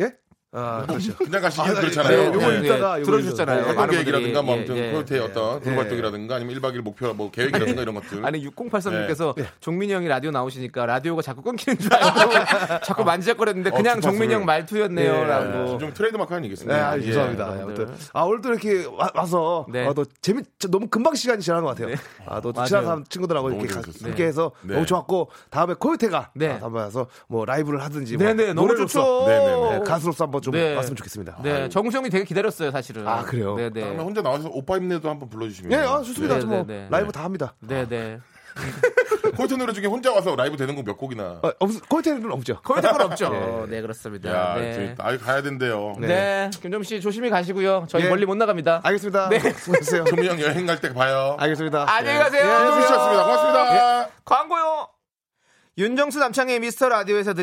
C: 예? 아 그렇죠.
B: 그냥 가시기
C: 아,
B: 그렇잖아요.
C: 네, 요거
B: 네.
C: 이따가 요거
A: 들어주셨잖아요.
B: 활동
A: 많은
B: 계획이라든가 뭐
A: 분들이.
B: 아무튼
A: 예, 예.
B: 프로테의 어떤 돌 활동이라든가 아니면 1박 2일 목표 뭐 계획이라든가 이런 것들.
A: 아니 6083님께서 종민이 형이 라디오 나오시니까 라디오가 자꾸 끊기는 줄 알고 [LAUGHS] 자꾸 만지작거렸는데
B: 어,
A: 그냥
B: 주파수를.
A: 종민이 형 말투였네요라고.
B: 좀 트레이드 마크
C: 네,
B: 아니겠습니까?
C: 아,
B: 예.
C: 죄송합니다. 아, 아무튼. 아, 오늘도 이렇게 와, 서
A: 네.
C: 아, 또 재미, 저 너무 금방 시간이 지나간 것 같아요. 아, 또
A: 맞아요.
C: 친한 사람, 친구들하고 이렇게 가-
B: 재밌었어요.
C: 함께 해서
B: 네.
C: 너무 좋았고, 다음에 코요태가
A: 네.
C: 아, 다음에 와서 뭐 라이브를 하든지. 뭐
A: 네네 너무
C: 노래로서,
A: 좋죠.
B: 네네네.
C: 네, 가수로서 한번 좀
A: 네.
C: 왔으면 좋겠습니다.
A: 네, 정수 형이 되게 기다렸어요 사실은.
C: 아, 그래요?
A: 네네.
B: 다음에 혼자 나와서 오빠 힘내도 한번 불러주시면.
C: 예, 아, 좋습니다.
A: 네,
C: 저
A: 네,
C: 뭐,
A: 네.
C: 라이브 다 합니다.
A: 네네.
B: 코요태 노래 예. 중에 혼자 와서 라이브 되는 곡 몇 곡이나.
C: 아, 없, 코요태는 없죠.
A: 거의 다건 없죠. 네, 그렇습니다.
B: 야,
A: 네.
B: 이제 아예 가야 된대요.
A: 네. 김종 씨 조심히 가시고요. 저희
C: 네.
A: 멀리 못 나갑니다.
C: [LAUGHS] 알겠습니다.
A: 네.
C: 수고하세요.
B: 종민 형 여행 갈 때 봐요. 네,
C: 알겠습니다.
A: 안녕히 가세요.
B: 예, 수고하셨습니다. 고맙습니다.
A: 광고요.
D: 윤정수 남창의 미스터 라디오에서 드리는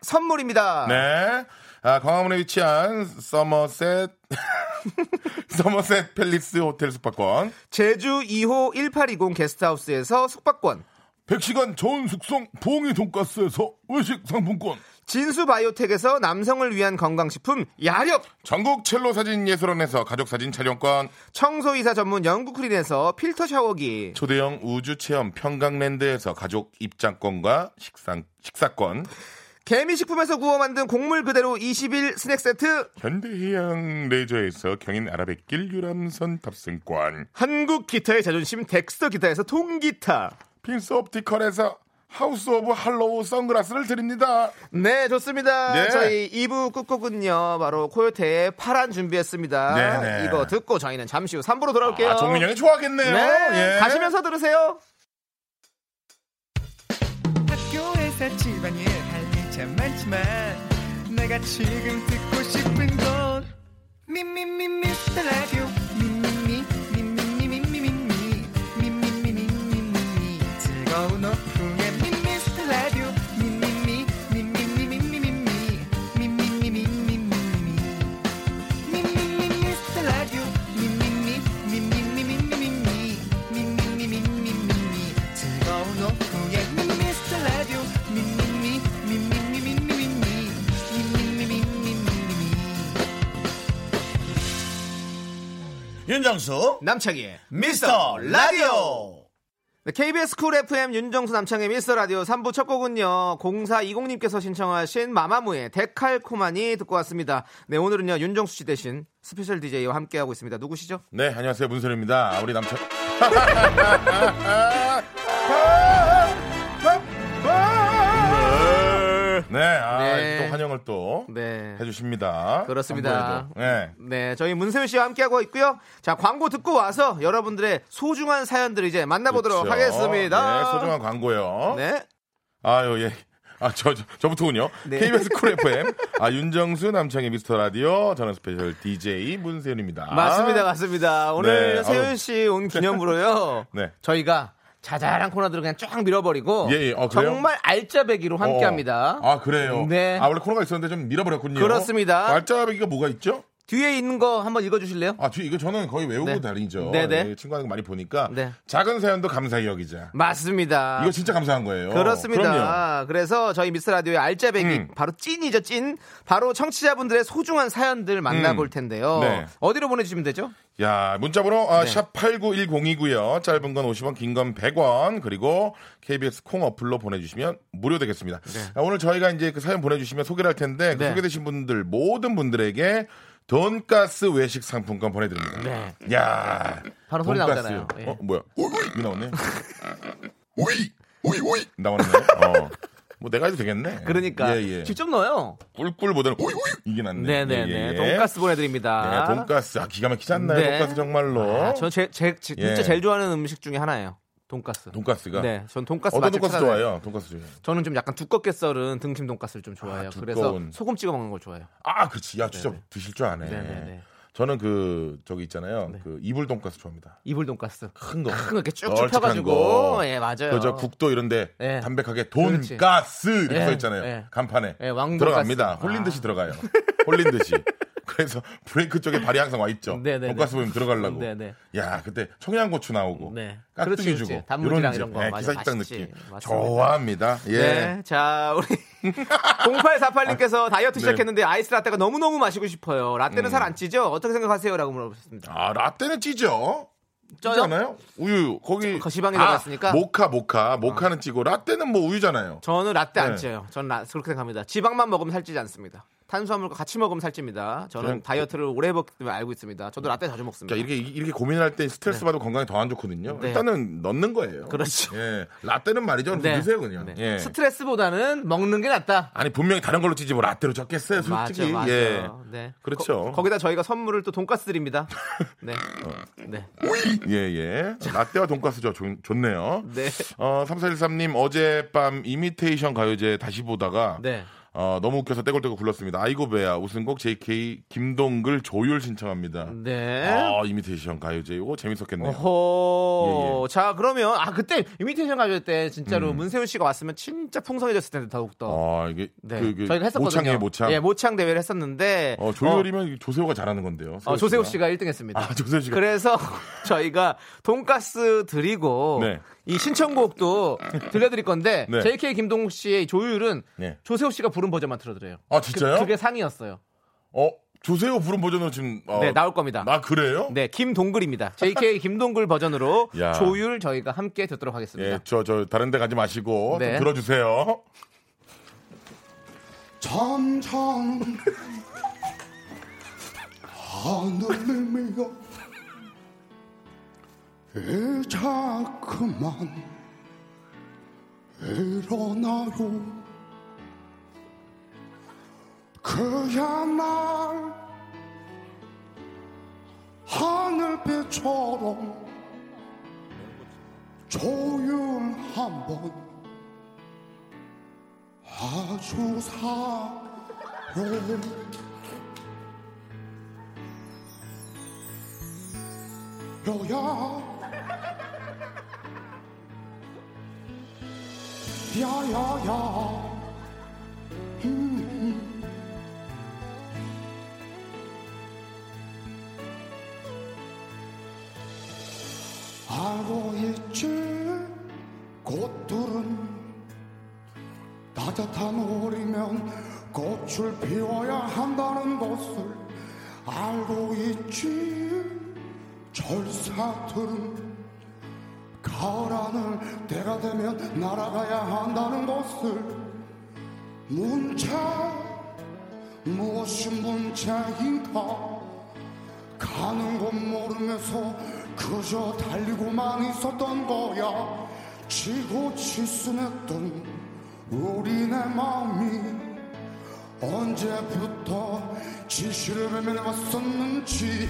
D: 선물입니다.
B: 네. 아, 광화문에 위치한 서머셋 [LAUGHS] 서머셋 팰리스 호텔 숙박권
D: 제주 2호 1820 게스트하우스에서 숙박권,
B: 백시간 좋은 숙성 봉이 돈가스에서 외식 상품권
D: 진수 바이오텍에서 남성을 위한 건강식품 야력,
B: 전국 첼로 사진 예술원에서 가족 사진 촬영권
D: 청소이사 전문 영국 크린에서 필터 샤워기,
B: 초대형 우주 체험 평강랜드에서 가족 입장권과 식상 식사권
D: 개미식품에서 구워 만든 곡물 그대로 21 스낵 세트,
B: 현대해양 레저에서 경인 아라뱃길 유람선 탑승권
D: 한국 기타의 자존심 덱스터 기타에서 통기타.
B: 핀스 옵티컬에서 하우스 오브 할로우 선글라스를 드립니다.
D: 네, 좋습니다.
B: 네.
D: 저희 2부 끝곡은요, 바로 코요태의 파란 준비했습니다.
B: 네네.
D: 이거 듣고 저희는 잠시 후 3부로 돌아올게요.
B: 아, 종민 형이 좋아하겠네요.
D: 네,
B: 예.
D: 가시면서 들으세요.
I: 학교에서 집안일 할 일 참 많지만 내가 지금 듣고 싶은 건 미미미 미스터 라디오 미미미 미미미 미미미 미미미 미미미 즐거운 오후에 미스터 라디오 미미미 미미미 미미미 미미미 미미미
J: 윤정수
D: 남창희의
J: 미스터 라디오
D: 네, KBS 쿨 FM 윤정수 남창의 미스터 라디오 3부 첫 곡은요. 0420님께서 신청하신 마마무의 데칼코마니 듣고 왔습니다. 네, 오늘은요. 윤정수 씨 대신 스페셜 DJ와 함께하고 있습니다. 누구시죠?
B: 네, 안녕하세요. 문선입니다.
D: [LAUGHS]
B: 우리 남편. 네, 아,
D: 네.
B: 또 환영을 또
D: 네.
B: 해주십니다.
D: 그렇습니다.
B: 한번에도. 네.
D: 네, 저희 문세윤 씨와 함께하고 있고요. 자, 광고 듣고 와서 여러분들의 소중한 사연들을 이제 만나보도록
B: 그렇죠.
D: 하겠습니다.
B: 네, 소중한 광고요.
D: 네.
B: 아유, 예. 아, 저, 저, 저부터군요.
A: 네.
B: KBS 쿨 FM. 아, 윤정수, 남창희 미스터 라디오. 저는 스페셜 DJ 문세윤입니다.
D: 맞습니다, 맞습니다. 오늘
B: 아. 네,
D: 세윤
B: 아우.
D: 씨 온 기념으로요.
B: [LAUGHS] 네.
D: 저희가
A: 자잘한 코너들을 그냥 쫙 밀어버리고
B: 예, 예. 어, 그래요?
A: 정말 알짜배기로 함께합니다.
B: 어. 아 그래요.
A: 네.
B: 아 원래 코너가 있었는데 좀 밀어버렸군요.
A: 그렇습니다.
B: 말자배기가 뭐가 있죠?
A: 뒤에 있는 거 한번 읽어주실래요?
B: 아, 뒤 이거 저는 거의 외우고
A: 네.
B: 다니죠.
A: 네, 네.
B: 예, 친구하고 많이 보니까
A: 네. 아.
B: 작은 사연도 감사히 여기자.
A: 맞습니다.
B: 이거 진짜 감사한 거예요. 그럼요.
A: 그렇습니다. 그래서 저희 미스 라디오의 알짜배기
B: 음.
A: 바로 찐이죠 찐. 바로 청취자분들의 소중한 사연들 만나볼 텐데요.
B: 네.
A: 어디로 보내주시면 되죠?
B: 야, 문자번호
A: 네.
B: 아, 샵 8910이고요. 짧은 건 50원, 긴 건 100원. 그리고 KBS 콩 어플로 보내주시면 무료 되겠습니다. 아, 오늘 저희가 이제 그 사연 보내주시면 소개를 할 텐데 그
A: 네.
B: 소개되신 분들 모든 분들에게 돈가스 외식 상품권 보내드립니다. 야,
A: 네. 바로 소리
B: 돈가스.
A: 나오잖아요. 예.
B: 어, 뭐야? 이거 나오네. 오이, 오이, 오이 나왔네. 어. 뭐 내가 해도 되겠네.
A: 그러니까
B: 예, 예.
A: 직접 넣어요.
B: 꿀꿀보다는 오이, 오이 이게 낫네.
A: 네네네.
B: 예, 예, 예.
A: 돈가스 보내드립니다.
B: 네, 돈가스. 아, 기가 막히지 않나요?
A: 네.
B: 돈가스 정말로.
A: 아, 전제 제, 제- 진짜
B: 예.
A: 제일 좋아하는 음식 중에 하나예요. 돈가스.
B: 돈가스가.
A: 네, 전 돈가스
B: 그러니까. 어떤
A: 맛집
B: 돈가스
A: 찾아다녀요.
B: 좋아해요? 돈가스 좋아해요.
A: 저는 좀 약간 두껍게 썰은 등심 돈가스를 좀 좋아해요.
B: 아,
A: 그래서
B: 두꺼운.
A: 소금 찍어 먹는 걸 좋아해요.
B: 아, 그렇지. 야, 진짜 드실 줄 아네.
A: 네네네.
B: 저는 그 저기 있잖아요. 그 이불 돈가스 좋아합니다.
A: 이불 돈가스.
B: 큰 거.
A: 큰 거 이렇게 쭉쭉
B: 널찍한
A: 펴가지고.
B: 거.
A: 예, 맞아요.
B: 그저 국도 이런데
A: 예.
B: 담백하게
A: 그렇지.
B: 돈가스 이렇게
A: 예,
B: 써 있잖아요.
A: 예.
B: 간판에
A: 예, 왕돈가스.
B: 들어갑니다.
A: 아.
B: 홀린 듯이 들어가요. 홀린 듯이. [LAUGHS] 그래서 브레이크 쪽에 발이 항상 와 있죠.
A: 네네네.
B: 돈가스 보면 들어가려고.
A: 네네.
B: 야 그때 청양고추 나오고
A: 네.
B: 깍두기
A: 그렇지,
B: 주고
A: 그렇지. 단무지랑
B: 이런
A: 이런 거.
B: 예,
A: 맞아,
B: 기사식당
A: 맛있지.
B: 느낌.
A: 맞습니다.
B: 좋아합니다. 예.
A: 네. 자, 우리
B: [LAUGHS]
A: 0848님께서 다이어트
B: 네. 음.
A: 시작했는데 아이스 라떼가 너무너무 마시고 싶어요. 라떼는 살 안 찌죠? 어떻게 생각하세요? 라고 물어보셨습니다.
B: 아 라떼는 찌죠.
A: 쪄요?
B: 찌잖아요. 우유 거기
A: 거- 시방에
B: 아,
A: 들어갔으니까? 아.
B: 모카 모카 모카는 찌고 라떼는 뭐 우유잖아요.
A: 저는 라떼
B: 네.
A: 안 찌어요. 저는 라- 그렇게 생각합니다. 지방만 먹으면 살찌지 않습니다. 탄수화물과 같이 먹으면 살찝니다. 저는
B: 그냥-
A: 다이어트를 오래 해봤기 때문에 알고 있습니다. 저도 라떼 자주 먹습니다.
B: 그러니까 이렇게 이렇게 고민할 때 스트레스 받으면 건강에 더 안 좋거든요.
A: 네.
B: 일단은 넣는 거예요.
A: 그렇죠.
B: 예, 라떼는 말이죠.
A: 네.
B: 드세요 그냥.
A: 네.
B: 예.
A: 스트레스보다는 먹는 게 낫다.
B: 아니 분명히 다른 걸로 찌지 뭐 라떼로 쪘겠어요 솔직히.
A: 맞아, 맞아.
B: 예.
A: 네.
B: 그렇죠.
A: 거, 기다 저희가 선물을 또 돈가스
B: [LAUGHS]
A: 드립니다. 네. 네.
B: 예, 예. 라떼와 돈가스 죠 좋- 좋네요.
A: 네.
B: 어, 3413님 어젯밤 이미테이션 가요제 다시 보다가
A: 네.
B: 어, 너무 웃겨서 떼굴떼굴 굴렀습니다. 아이고 배야 우승곡 JK 김동글 조율 신청합니다.
A: 네.
B: 아, 이미테이션 가요제 이거 재밌었겠네요.
A: 어허.
B: 예, 예.
A: 자, 그러면 아 그때 이미테이션 가져올 때 진짜로 문세윤 씨가 왔으면 진짜 풍성해졌을 텐데 더욱 더.
B: 아, 이게
A: 네.
B: 그, 그
A: 저희가 했었거든요.
B: 모창이에요, 모창.
A: 예, 모창 대회를 했었는데
B: 어, 조율이면 조세호가 잘하는 건데요.
A: 어, 어, 조세호 씨가 1등했습니다.
B: 아, 조세호 씨가.
A: 그래서 [LAUGHS] 저희가 돈가스 드리고
B: 네.
A: 이 신청곡도 들려드릴 건데
B: 네.
A: JK 김동욱 씨의 조율은
B: 네.
A: 조세호 씨가 부른 버전만 틀어드려요.
B: 아, 진짜요?
A: 그, 게 상이었어요.
B: 어, 조세호 부른 버전으로 지금 어,
A: 네, 나올 겁니다.
B: 아, 그래요?
A: 네, 김동글입니다. JK 김동글 버전으로
B: 야.
A: 조율 저희가 함께 듣도록 하겠습니다.
B: 예, 저, 저, 다른 데 가지 마시고,
A: 네.
B: 좀 들어주세요.
K: 점점 하늘을 밀고 이제 그만 일어나요 그야 날 하늘빛처럼 조율 한번 아주 사랑 여야 야야야 음. 알고 있지 곧들은 따뜻한 오리면 꽃을 피워야 한다는 것을 알고 있지 절사들은 가을 하늘 때가 되면 날아가야 한다는 것을 문자 무엇이 문자인가 가는 곳 모르면서 그저 달리고만 있었던 거야 지고 지순했던 우리네 마음이 언제부터 지시를 외면해 왔었는지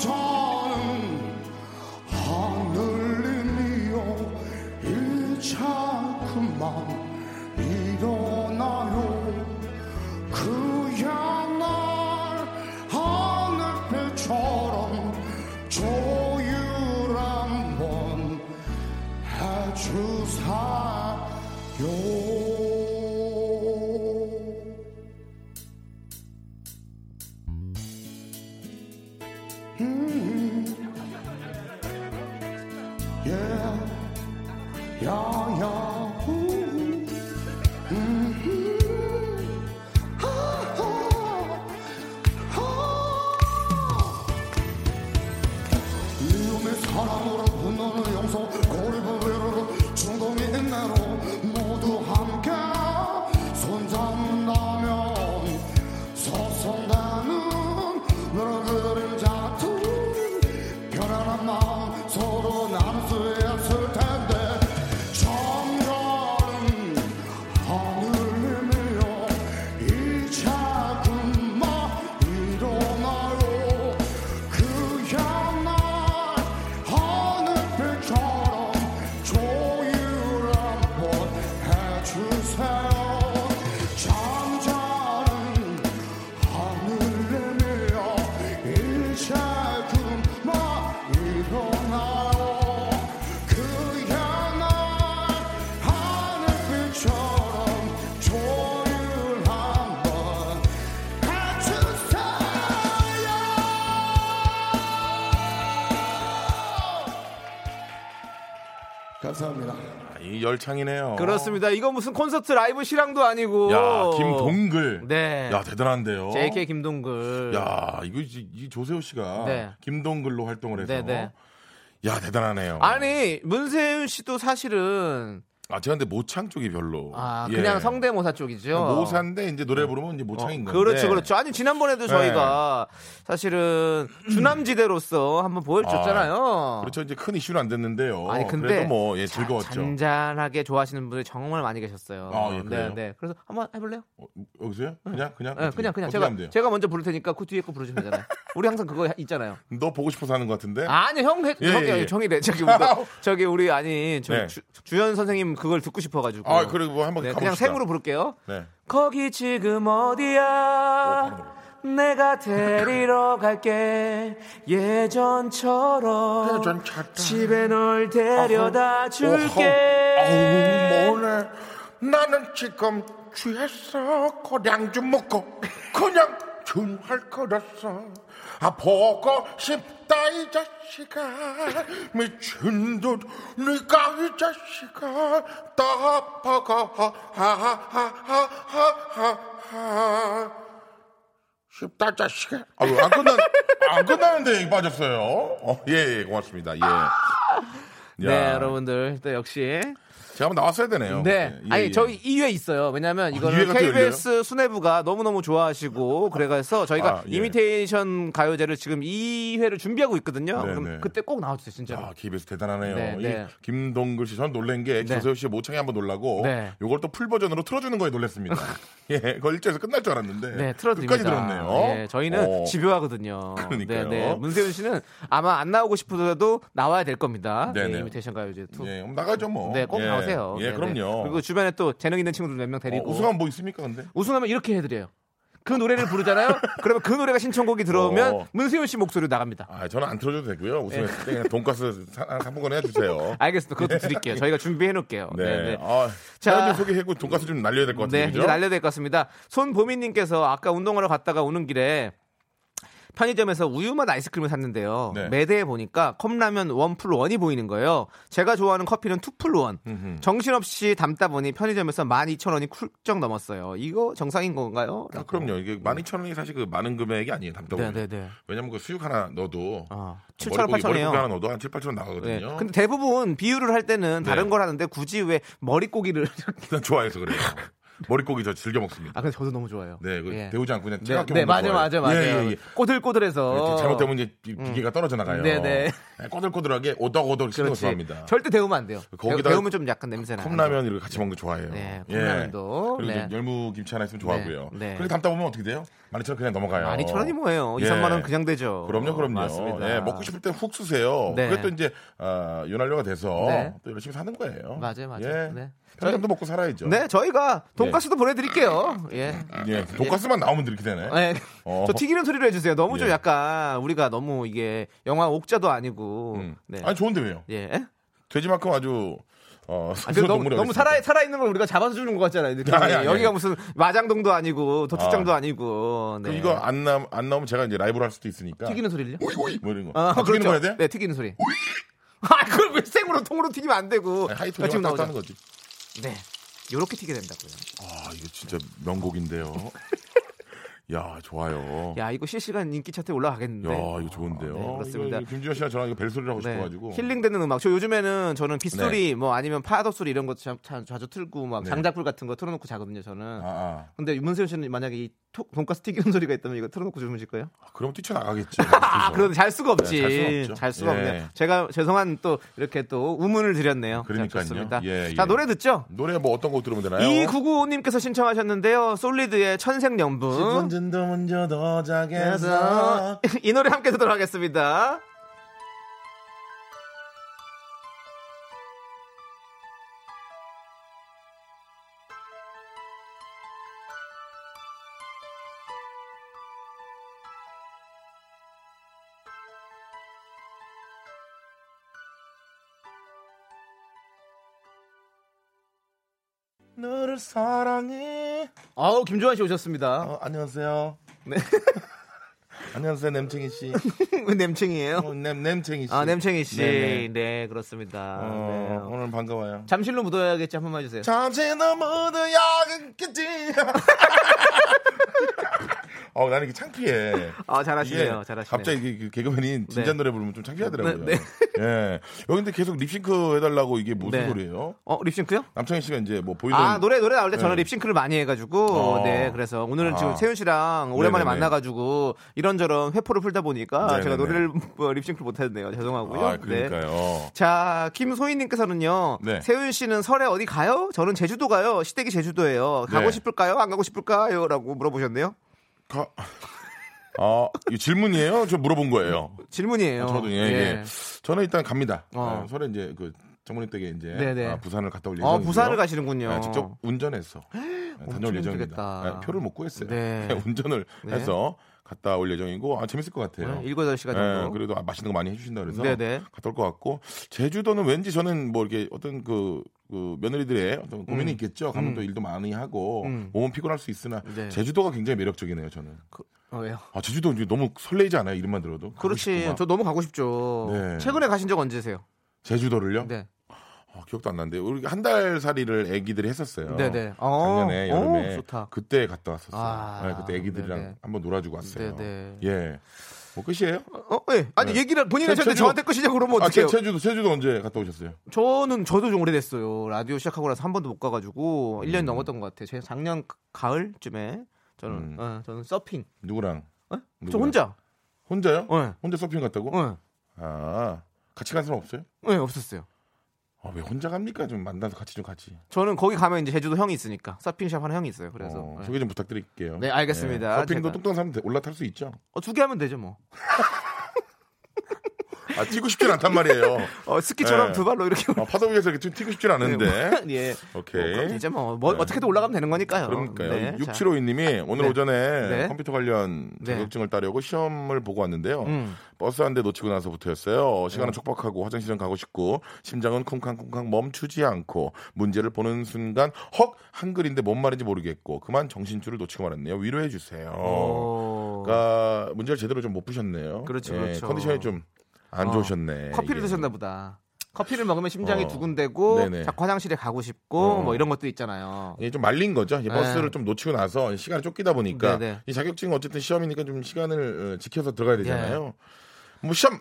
K: 잠자는 하늘님이여 이자 그만 일어나요 그야 날 하늘빛처럼 조율 한번 못하요 음. 예. 야야 음, 음, 아, 아, 아. 이놈의 사랑으로 분노는 용서 고립을 외로로 중동이 내로 모두 함께 손잡는다면 서성다는 너를 그림자 둘 편안한 마음 서로 나눌 수 있을 텐데 점점 하늘이며 이 작은 마 일어나요 그냥 날 하늘빛처럼 조율 한번 해주세요 잠자는 하늘이며 이 작은 마 일어나요 그냥 날 하늘빛처럼 조율 한번 감사합니다.
B: 아, 이 열창이네요.
A: 그렇습니다. 이거 무슨 콘서트 라이브 실황도 아니고.
B: 야, 김동글.
A: 네.
B: 야, 대단한데요.
A: JK 김동글.
B: 야, 이거 이, 이 조세호 씨가
A: 네.
B: 김동글로 활동을 해서
A: 네, 네.
B: 야, 대단하네요.
A: 아니 문세윤 씨도 사실은
B: 아, 제가 근데 모창 쪽이 별로.
A: 아
B: 예.
A: 그냥 성대모사 쪽이죠.
B: 모사인데 이제 노래 부르면 이제 모창인 건데. 네.
A: 그렇죠, 그렇죠. 아니 지난번에도 저희가 사실은 주남지대로서 한번 보여줬잖아요.
B: 그렇죠. 이제 큰 이슈는 안 됐는데요.
A: 아니 근데
B: 그래도 뭐 예,
A: 자-
B: 즐거웠죠.
A: 잔잔하게 좋아하시는 분들이 정말 많이 계셨어요.
B: 아, 예, 그래요?
A: 네, 네. 그래서 한번 해볼래요?
B: 어, 여기서요? 그냥 그냥
A: 네,
B: 어떻게-
A: 그냥 그냥
B: 어떻게
A: 제가
B: 하면 돼요?
A: 제가 먼저 부를 테니까 그 뒤에 거 부르시면 되잖아요.
B: [LAUGHS]
A: 우리 항상 그거 있잖아요.
B: 너 보고 싶어서 하는 것 같은데.
A: 아니 형 해,
B: 예,
A: 형,
B: 예, 예.
A: 형이래 저기 우리, 저기 우리 아니 저,
B: 네.
A: 주, 주연 선생님 그걸 듣고 싶어가지고.
B: 아, 그리고 뭐 한번
A: 네,
B: 가봅시다.
A: 그냥 생으로 부를게요.
B: 네.
A: 거기 지금 어디야? 내가 데리러 갈게 예전처럼 집에 널 데려다 줄게
B: 어우, 뭐네. 나는 지금 취했어. 고량좀 먹고 그냥 준할 거렸어. 아 보고 싶다 이 자식아 미친 듯 네가 이 자식아 따파가 하하하하하하 쉽다 자식아 아유 안 끝난 안 끝나는데 얘기 빠졌어요 어, 예, 예 고맙습니다 예
A: 네 여러분들 또 역시
B: 제가 한번 나왔어야 되네요.
A: 네
B: 예,
A: 아니
B: 예.
A: 저희 2회 있어요 왜냐면 이거는
B: 이회가 또
A: KBS 수뇌부가 너무너무 좋아하시고 그래서 저희가
B: 아, 예.
A: 이미테이션 가요제를 지금 2회를 준비하고 있거든요
B: 네,
A: 그럼
B: 네.
A: 그때 꼭 나와주세요 진짜로
B: 아, KBS 대단하네요.
A: 네, 네.
B: 이 김동글 씨, 전 놀란 게 조세호 씨 모창에 한번 놀라고
A: 네.
B: 요걸 또 풀 버전으로 틀어주는
A: [LAUGHS]
B: 거에 놀랐습니다. 예, 그걸 일주에서 끝날 줄 알았는데
A: 네, 틀어드립니다.
B: 끝까지 들었네요.
A: 네, 저희는
B: 어,
A: 집요하거든요.
B: [LAUGHS] 그러니까요.
A: 네, 네. 문세윤 씨는 아마 안 나오고 싶어도 나와야 될 겁니다.
B: 네,
A: 네,
B: 네.
A: 이미테이션 가요제 2.
B: 예, 그럼 나가죠 뭐.
A: 네, 꼭
B: 예.
A: 나오세요. 네,
B: 예,
A: 네.
B: 그럼요.
A: 그리고 주변에 또 재능 있는 친구들 몇 명 데리고
B: 어, 우승하면 뭐 있습니까, 근데?
A: 우승하면 이렇게 해드려요. 그 노래를 부르잖아요. 그러면 그 노래가 신청곡이 들어오면
B: 어.
A: 문세윤 씨 목소리로 나갑니다.
B: 아, 저는 안 틀어줘도 되고요. 우승했을
A: 네.
B: 때 그냥 돈가스 사- 아, 상품권
A: [LAUGHS]
B: 해주세요.
A: 알겠습니다. 그것도
B: [LAUGHS]
A: 드릴게요. 저희가 준비해 놓을게요.
B: 예. 네,
A: 네, 네.
B: 아,
A: 자.
B: 사연 좀 소개했고 돈가스 좀 날려야 될 것 같은데,
A: 네,
B: 그죠?
A: 이제 날려야 될 것 같습니다. 손보미님께서 아까 운동하러 갔다가 오는 길에 편의점에서 우유맛 아이스크림을 샀는데요.
B: 네.
A: 매대에 보니까 컵라면 원풀 원이 보이는 거예요. 제가 좋아하는 커피는 투풀 원. 정신없이 담다 보니 편의점에서 12,000원이 쿨쩍 넘었어요. 이거 정상인 건가요?
B: 아, 그럼요. 이게 12,000원이 사실 그 많은 금액이 아니에요. 담다고.
A: 네, 네, 네.
B: 왜냐면 그 수육 하나 넣어도
A: 아,
B: 머리고기,
A: 7,000원,
B: 머리고기 하나
A: 8,000원이요. 네.
B: 넣어도 한 7, 8천 원 나가거든요.
A: 근데 대부분 비유를 할 때는 다른
B: 네.
A: 걸 하는데 굳이 왜 머릿고기를 [LAUGHS]
B: 일단 좋아해서 그래요. [LAUGHS] 머릿고기 저 즐겨 먹습니다.
A: 아, 근데 저도 너무 좋아요.
B: 네, 그
A: 예.
B: 데우지 않고 그냥
A: 네,
B: 차갑게
A: 네,
B: 먹는
A: 맞아요,
B: 거
A: 맞아요, 맞아요.
B: 예, 예, 예.
A: 꼬들꼬들해서
B: 이렇게 잘못되면 이제 비- 비계가 떨어져 나가요.
A: 네, 네.
B: 네, 꼬들꼬들하게 오덕오덕 씹는 거 좋아합니다.
A: 절대 데우면 안 돼요.
B: 거기다가
A: 데우면 좀 약간 냄새나.
B: 컵라면 이렇게 같이 먹는 거 좋아해요. 예.
A: 네, 컵라면도.
B: 그리고
A: 네.
B: 이제 열무 김치 하나 있으면 좋아하고요.
A: 네, 네.
B: 그렇게 담다 보면 어떻게 돼요? 12,000원 그냥 넘어가요.
A: 12,000원이 아, 뭐예요? 2,
B: 예.
A: 3만 원 그냥 되죠.
B: 그럼요, 그럼요.
A: 어, 맞습니다.
B: 예, 먹고 싶을 때 훅 쓰세요.
A: 네.
B: 그게 또 이제 아, 윤활료가 돼서
A: 네.
B: 또 열심히 사는 거예요.
A: 맞아요, 맞아요.
B: 예.
A: 네.
B: 편의점도 먹고 살아야죠.
A: 네, 저희가 돈가스도
B: [LAUGHS]
A: 보내드릴게요. 예.
B: 예, 돈가스만 나오면 이렇게 되네.
A: 예.
B: 어.
A: 저 튀기는 소리로 해주세요. 너무 좀
B: 예.
A: 약간 우리가 너무 이게 영화 옥자도 아니고.
B: 음.
A: 네.
B: 아니 좋은데 왜요?
A: 예.
B: 돼지만큼 아주 어,
A: 근데
B: 소수동
A: 너무,
B: 물이
A: 너무 살아 살아 있는 걸 우리가 잡아서 주는 것 같잖아요. 느낌이.
B: 아니, 아니,
A: 여기가
B: 아니.
A: 무슨 마장동도 아니고 도축장도 아. 니고
B: 그럼 이거 아, 안, 나, 안 나오면 제가 이제 라이브를 할 수도 있으니까.
A: 튀기는 소리를요?
B: 뭐 이런 거.
A: 아,
B: 아, 튀기는
A: 그렇죠.
B: 거 해야 돼?
A: 네, 튀기는 소리. [LAUGHS] 아, 그걸 왜 생으로 통으로 튀기면 안 되고.
B: 아니,
A: 아,
B: 네, 하이톤이
A: 지금
B: 왔다
A: 나오죠.
B: 갔다 하는 거지.
A: 네. 요렇게 튀게 된다고요.
B: 아, 이거 진짜
A: [LAUGHS]
B: 명곡인데요. 야, 좋아요. 야,
A: 야, 이거 실시간 인기 차트에 올라가겠는데.
B: 이거 좋은데요.
A: 네, 그렇습니다.
B: 이거, 이거 김지현 씨랑 저랑 이거 벨소리를 하고
A: 네.
B: 싶어가지고. 네.
A: 힐링되는 음악. 저 요즘에는 저는 빗소리 뭐 아니면 파도 소리 이런 거 참, 참 자주 틀고 막 장작불 같은 거 틀어놓고 자거든요. 저는.
B: 아, 아.
A: 근데 문세윤 씨는 만약에 이 토- 돈가스 튀기는 [LAUGHS] 소리가 있다면 이거 틀어놓고 주무실 거예요?
B: 그럼 뛰쳐나가겠지.
A: [LAUGHS] 아, 그럼 잘 수가 없지.
B: 네, 잘 수가 없죠.
A: 잘 수가
B: 예.
A: 없네요. 제가 죄송한 또 이렇게 또 우문을 드렸네요. 자,
B: 그러니까요.
A: 좋습니다.
B: 예, 예.
A: 자 노래 듣죠.
B: 노래 뭐 어떤 거 들으면 되나요?
A: 이구구오님께서 신청하셨는데요. 솔리드의 천생연분.
B: 언젠더 먼저 더
A: 그래서
B: 자겠어.
A: [LAUGHS] 이 노래 함께 듣도록 하겠습니다.
B: 너를 사랑해.
A: 아우 김조한 씨 [LAUGHS] 오셨습니다.
B: 어, 안녕하세요.
A: 네.
B: [LAUGHS] 안녕하세요, 냄챙이 씨.
A: 냄챙이에요.
B: 어, 냄, 냄챙이 씨.
A: 아 냄챙이 씨. 네,
B: 네, 네.
A: 그렇습니다.
B: 어,
A: 네.
B: 오늘 반가워요.
A: 잠실로 묻어야겠지 한 번만 해주세요.
B: 잠시는 모두 야근겠지.
A: [LAUGHS]
B: 어, 나는 이게 창피해.
A: 아
B: 이게
A: 잘하시네요. 잘하시네요.
B: 갑자기 이게 그 개그맨이
A: 네.
B: 진짜 노래 부르면 좀 창피하더라고요.
A: 네, 네.
B: 예. 여기 근데 계속 립싱크 해달라고 이게 무슨
A: 네.
B: 소리예요?
A: 어 립싱크요?
B: 남창희 씨가 이제 뭐 보이는
A: 아 노래 노래 나올 때 저는
B: 네.
A: 립싱크를 많이 해가지고
B: 어.
A: 네 그래서 오늘은
B: 아.
A: 지금 세윤 씨랑 오랜만에
B: 네네네.
A: 만나가지고 이런저런 회포를 풀다 보니까
B: 네네네.
A: 제가 노래를 [LAUGHS] 뭐 립싱크를 못했네요 죄송하고요.
B: 아, 그러니까요.
A: 자 김소희님께서는요
B: 네.
A: 세윤 씨는 설에 어디 가요? 저는 제주도 가요. 시댁이 제주도예요. 가고
B: 네.
A: 싶을까요? 안 가고 싶을까요?라고 물어보셨네요.
B: 가... 아, 이 질문이에요? 저 물어본 거예요.
A: 질문이에요.
B: 저도 예,
A: 예.
B: 예. 저는 일단 갑니다.
A: 어.
B: 네, 설에 이제 그 장모님 댁에 이제
A: 네네.
B: 아, 부산을 갔다 올
A: 어
B: 예정이고요.
A: 부산을 가시는군요.
B: 네, 직접 운전해서
A: [GASPS]
B: 네, 다녀올 예정입니다.
A: 힘들겠다.
B: 네, 표를 못 구했어요. [LAUGHS]
A: 네.
B: 운전을
A: 네.
B: 해서 갔다 올 예정이고 아, 재밌을 것 같아요.
A: 네, 7-8시간
B: 네,
A: 정도.
B: 그래도 아, 맛있는 거 많이 해주신다 그래서
A: 네네.
B: 갔다 올 것 같고 제주도는 왠지 저는 뭐 이렇게 어떤 그, 그 며느리들의 어떤
A: 음.
B: 고민이 있겠죠. 가면 또 일도 많이 하고 몸은 피곤할 수 있으나
A: 네.
B: 제주도가 굉장히 매력적이네요. 저는
A: 어, 왜요?
B: 아 제주도 이제 너무 설레이지 않아요? 이름만 들어도 가고
A: 그렇지.
B: 싶고 막.
A: 저 너무 가고 싶죠.
B: 네.
A: 최근에 가신 적 언제세요?
B: 제주도를요?
A: 네.
B: 아, 기억도 안 나는데 우리 한 달 살이를 애기들이 했었어요.
A: 네네. 어,
B: 작년에 여름에
A: 어, 좋다.
B: 그때 갔다 왔었어요.
A: 아,
B: 네, 그때 애기들이랑
A: 네네.
B: 한번 놀아주고 왔어요.
A: 네네.
B: 예. 뭐 끝이에요?
A: 어, 예. 아니
B: 네.
A: 얘기를 본인이
B: 제-
A: 하셨는데
B: 제주-
A: 저한테 끝이냐 그러면
B: 아,
A: 뭐 어떡해요?
B: 제, 제주도 제주도 언제 갔다 오셨어요?
A: 저는 저도 좀 오래됐어요. 라디오 시작하고 나서 한 번도 못 가가지고
B: 음.
A: 1년 이 넘었던 것 같아요. 제가 작년 가을쯤에 저는
B: 음.
A: 어, 저는 서핑.
B: 누구랑?
A: 어? 저
B: 누구랑?
A: 혼자.
B: 혼자요?
A: 네.
B: 혼자 서핑 갔다고?
A: 어,
B: 아 같이 간 사람 없어요?
A: 네, 없었어요.
B: 아, 왜 혼자 갑니까? 좀 만나서 같이 좀 같이.
A: 저는 거기 가면 이제 제주도 형이 있으니까 서핑샵 하는 형이 있어요. 그래서
B: 어,
A: 네.
B: 소개 좀 부탁드릴게요.
A: 네, 알겠습니다.
B: 예, 서핑도
A: 제가-
B: 똑똑한 사람 올라탈 수 있죠.
A: 어, 두 개 하면 되죠 뭐.
B: 아 뛰고 싶진 않단 말이에요.
A: [LAUGHS] 어, 스키처럼
B: 네.
A: 두 발로 이렇게. [LAUGHS]
B: 아, 파도 위에서 이렇게 튀고 싶진 않은데.
A: 예. 뭐,
B: [LAUGHS] 오케이.
A: 그럼 이제 뭐, 뭐
B: 네.
A: 어떻게든 올라가면 되는 거니까요.
B: 그러니까요.
A: 네, 자.
B: 6752님이 오늘
A: 네.
B: 오전에
A: 네.
B: 컴퓨터 관련
A: 네.
B: 자격증을 따려고 시험을 보고 왔는데요.
A: 음. 네.
B: 버스 한 대 놓치고 나서부터였어요. 시간은 촉박하고 화장실은 가고 싶고 심장은 쿵쾅쿵쾅 멈추지 않고 문제를 보는 순간 헉 한글인데 뭔 말인지 모르겠고 그만 정신줄을 놓치고 말았네요. 위로해 주세요.
A: 어.
B: 그러니까 문제를 제대로 좀 못 푸셨네요. 예,
A: 그렇죠, 그렇죠.
B: 컨디션이 좀 안
A: 어,
B: 좋으셨네.
A: 커피를
B: 이게.
A: 드셨나 보다. 커피를 먹으면 심장이
B: 어.
A: 두근대고
B: 네네.
A: 자꾸 화장실에 가고 싶고
B: 어. 예.
A: 뭐 이런 것도 있잖아요.
B: 이게 좀 말린 거죠. 이제
A: 네.
B: 버스를 좀 놓치고 나서 시간이 쫓기다 보니까
A: 네네.
B: 이 자격증 어쨌든 시험이니까 좀 시간을 어, 지켜서 들어가야 되잖아요. 뭐 시험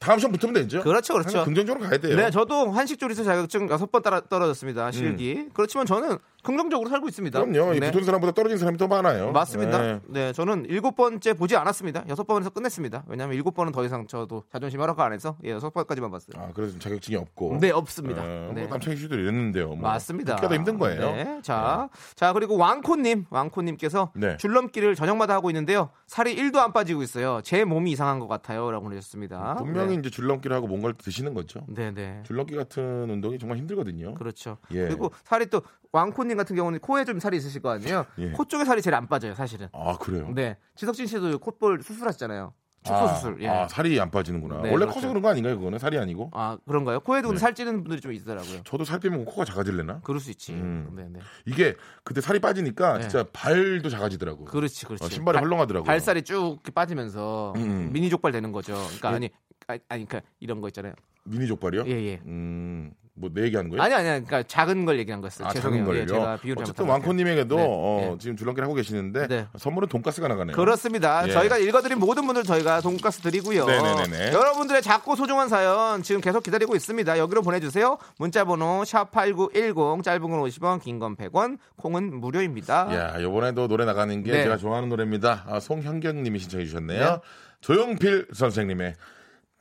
B: 다음 시험 붙으면 되죠.
A: 네. 그렇죠,
B: 항상
A: 그렇죠.
B: 긍정적으로 가야 돼요.
A: 네, 저도 한식 조리사 자격증 여섯 번 따라 떨어졌습니다. 실기. 그렇지만 저는 긍정적으로 살고 있습니다.
B: 음. 그럼요. 이
A: 네.
B: 붙은 사람보다 떨어진 사람이 더 많아요.
A: 맞습니다.
B: 네.
A: 네. 저는 일곱 번째 보지 않았습니다. 여섯 번에서 끝냈습니다. 왜냐하면 일곱 번은 더 이상 저도 자존심 하락 안 해서 예, 여섯 번까지만 봤어요.
B: 아 그래서 자격증이 없고.
A: 네, 없습니다.
B: 어,
A: 네.
B: 뭐 남창희 씨도 이랬는데요. 뭐.
A: 맞습니다.
B: 그렇게 도 힘든 거예요.
A: 네, 자, 자 그리고 왕코님, 왕코님께서
B: 네.
A: 줄넘기를 저녁마다 하고 있는데요. 살이 1도 안 빠지고 있어요. 제 몸이 이상한 것 같아요라고 보내셨습니다.
B: 분명히 이제 줄넘기를 하고 뭔가를 드시는 거죠.
A: 네, 네, 네.
B: 줄넘기 같은 운동이 정말 힘들거든요.
A: 그렇죠.
B: 예.
A: 그리고 살이 또 왕코님 같은 경우는 코에 좀 살이 있으실 거 아니에요.
B: 예.
A: 코 쪽에 살이 제일 안 빠져요, 사실은.
B: 아 그래요.
A: 네, 지석진 씨도 콧볼 수술하셨잖아요. 축소
B: 아,
A: 수술. 예.
B: 아
A: 아,
B: 살이 안 빠지는구나.
A: 네,
B: 원래
A: 그렇죠.
B: 커서 그런 거 아닌가요? 그거는 살이 아니고.
A: 그런가요? 코에도 근데
B: 네.
A: 살찌는 분들이 좀 있더라고요.
B: 저도 살 빼면 코가 작아질래나?
A: 그럴 수 있지.
B: 음.
A: 네네.
B: 이게 그때 살이 빠지니까
A: 네.
B: 진짜 발도 작아지더라고. 요
A: 그렇지, 그렇지.
B: 어, 신발이
A: 발-
B: 헐렁하더라고요.
A: 발살이 쭉 이렇게 빠지면서
B: 음. 예.
A: 미니 족발 되는 거죠. 그러니까 아니, 아니, 아니, 그러니까 이런 거 있잖아요.
B: 미니 족발이요?
A: 예, 예.
B: 음, 뭐 내 얘기한 거예요?
A: 아니 아니 아니, 그러니까 작은 걸 얘기한 거였어요.
B: 아, 작은
A: 죄송해요.
B: 걸요.
A: 예, 제가 비유를
B: 어쨌든
A: 잘못한 것 같아요.
B: 왕코님에게도
A: 네,
B: 어,
A: 네.
B: 지금 줄넘기를 하고 계시는데
A: 네.
B: 선물은 돈가스가 나가네요.
A: 그렇습니다.
B: 예.
A: 저희가 읽어드린 모든 분들 저희가 돈가스 드리고요.
B: 네네네네.
A: 여러분들의 작고 소중한 사연 지금 계속 기다리고 있습니다. 여기로 보내주세요. 문자번호 샵 #8910 짧은 건 50원, 긴 건 100원, 콩은 무료입니다.
B: 야, 요번에도 노래 나가는 게
A: 네.
B: 제가 좋아하는 노래입니다. 아, 송현경님이 신청해 주셨네요.
A: 네.
B: 조용필 선생님의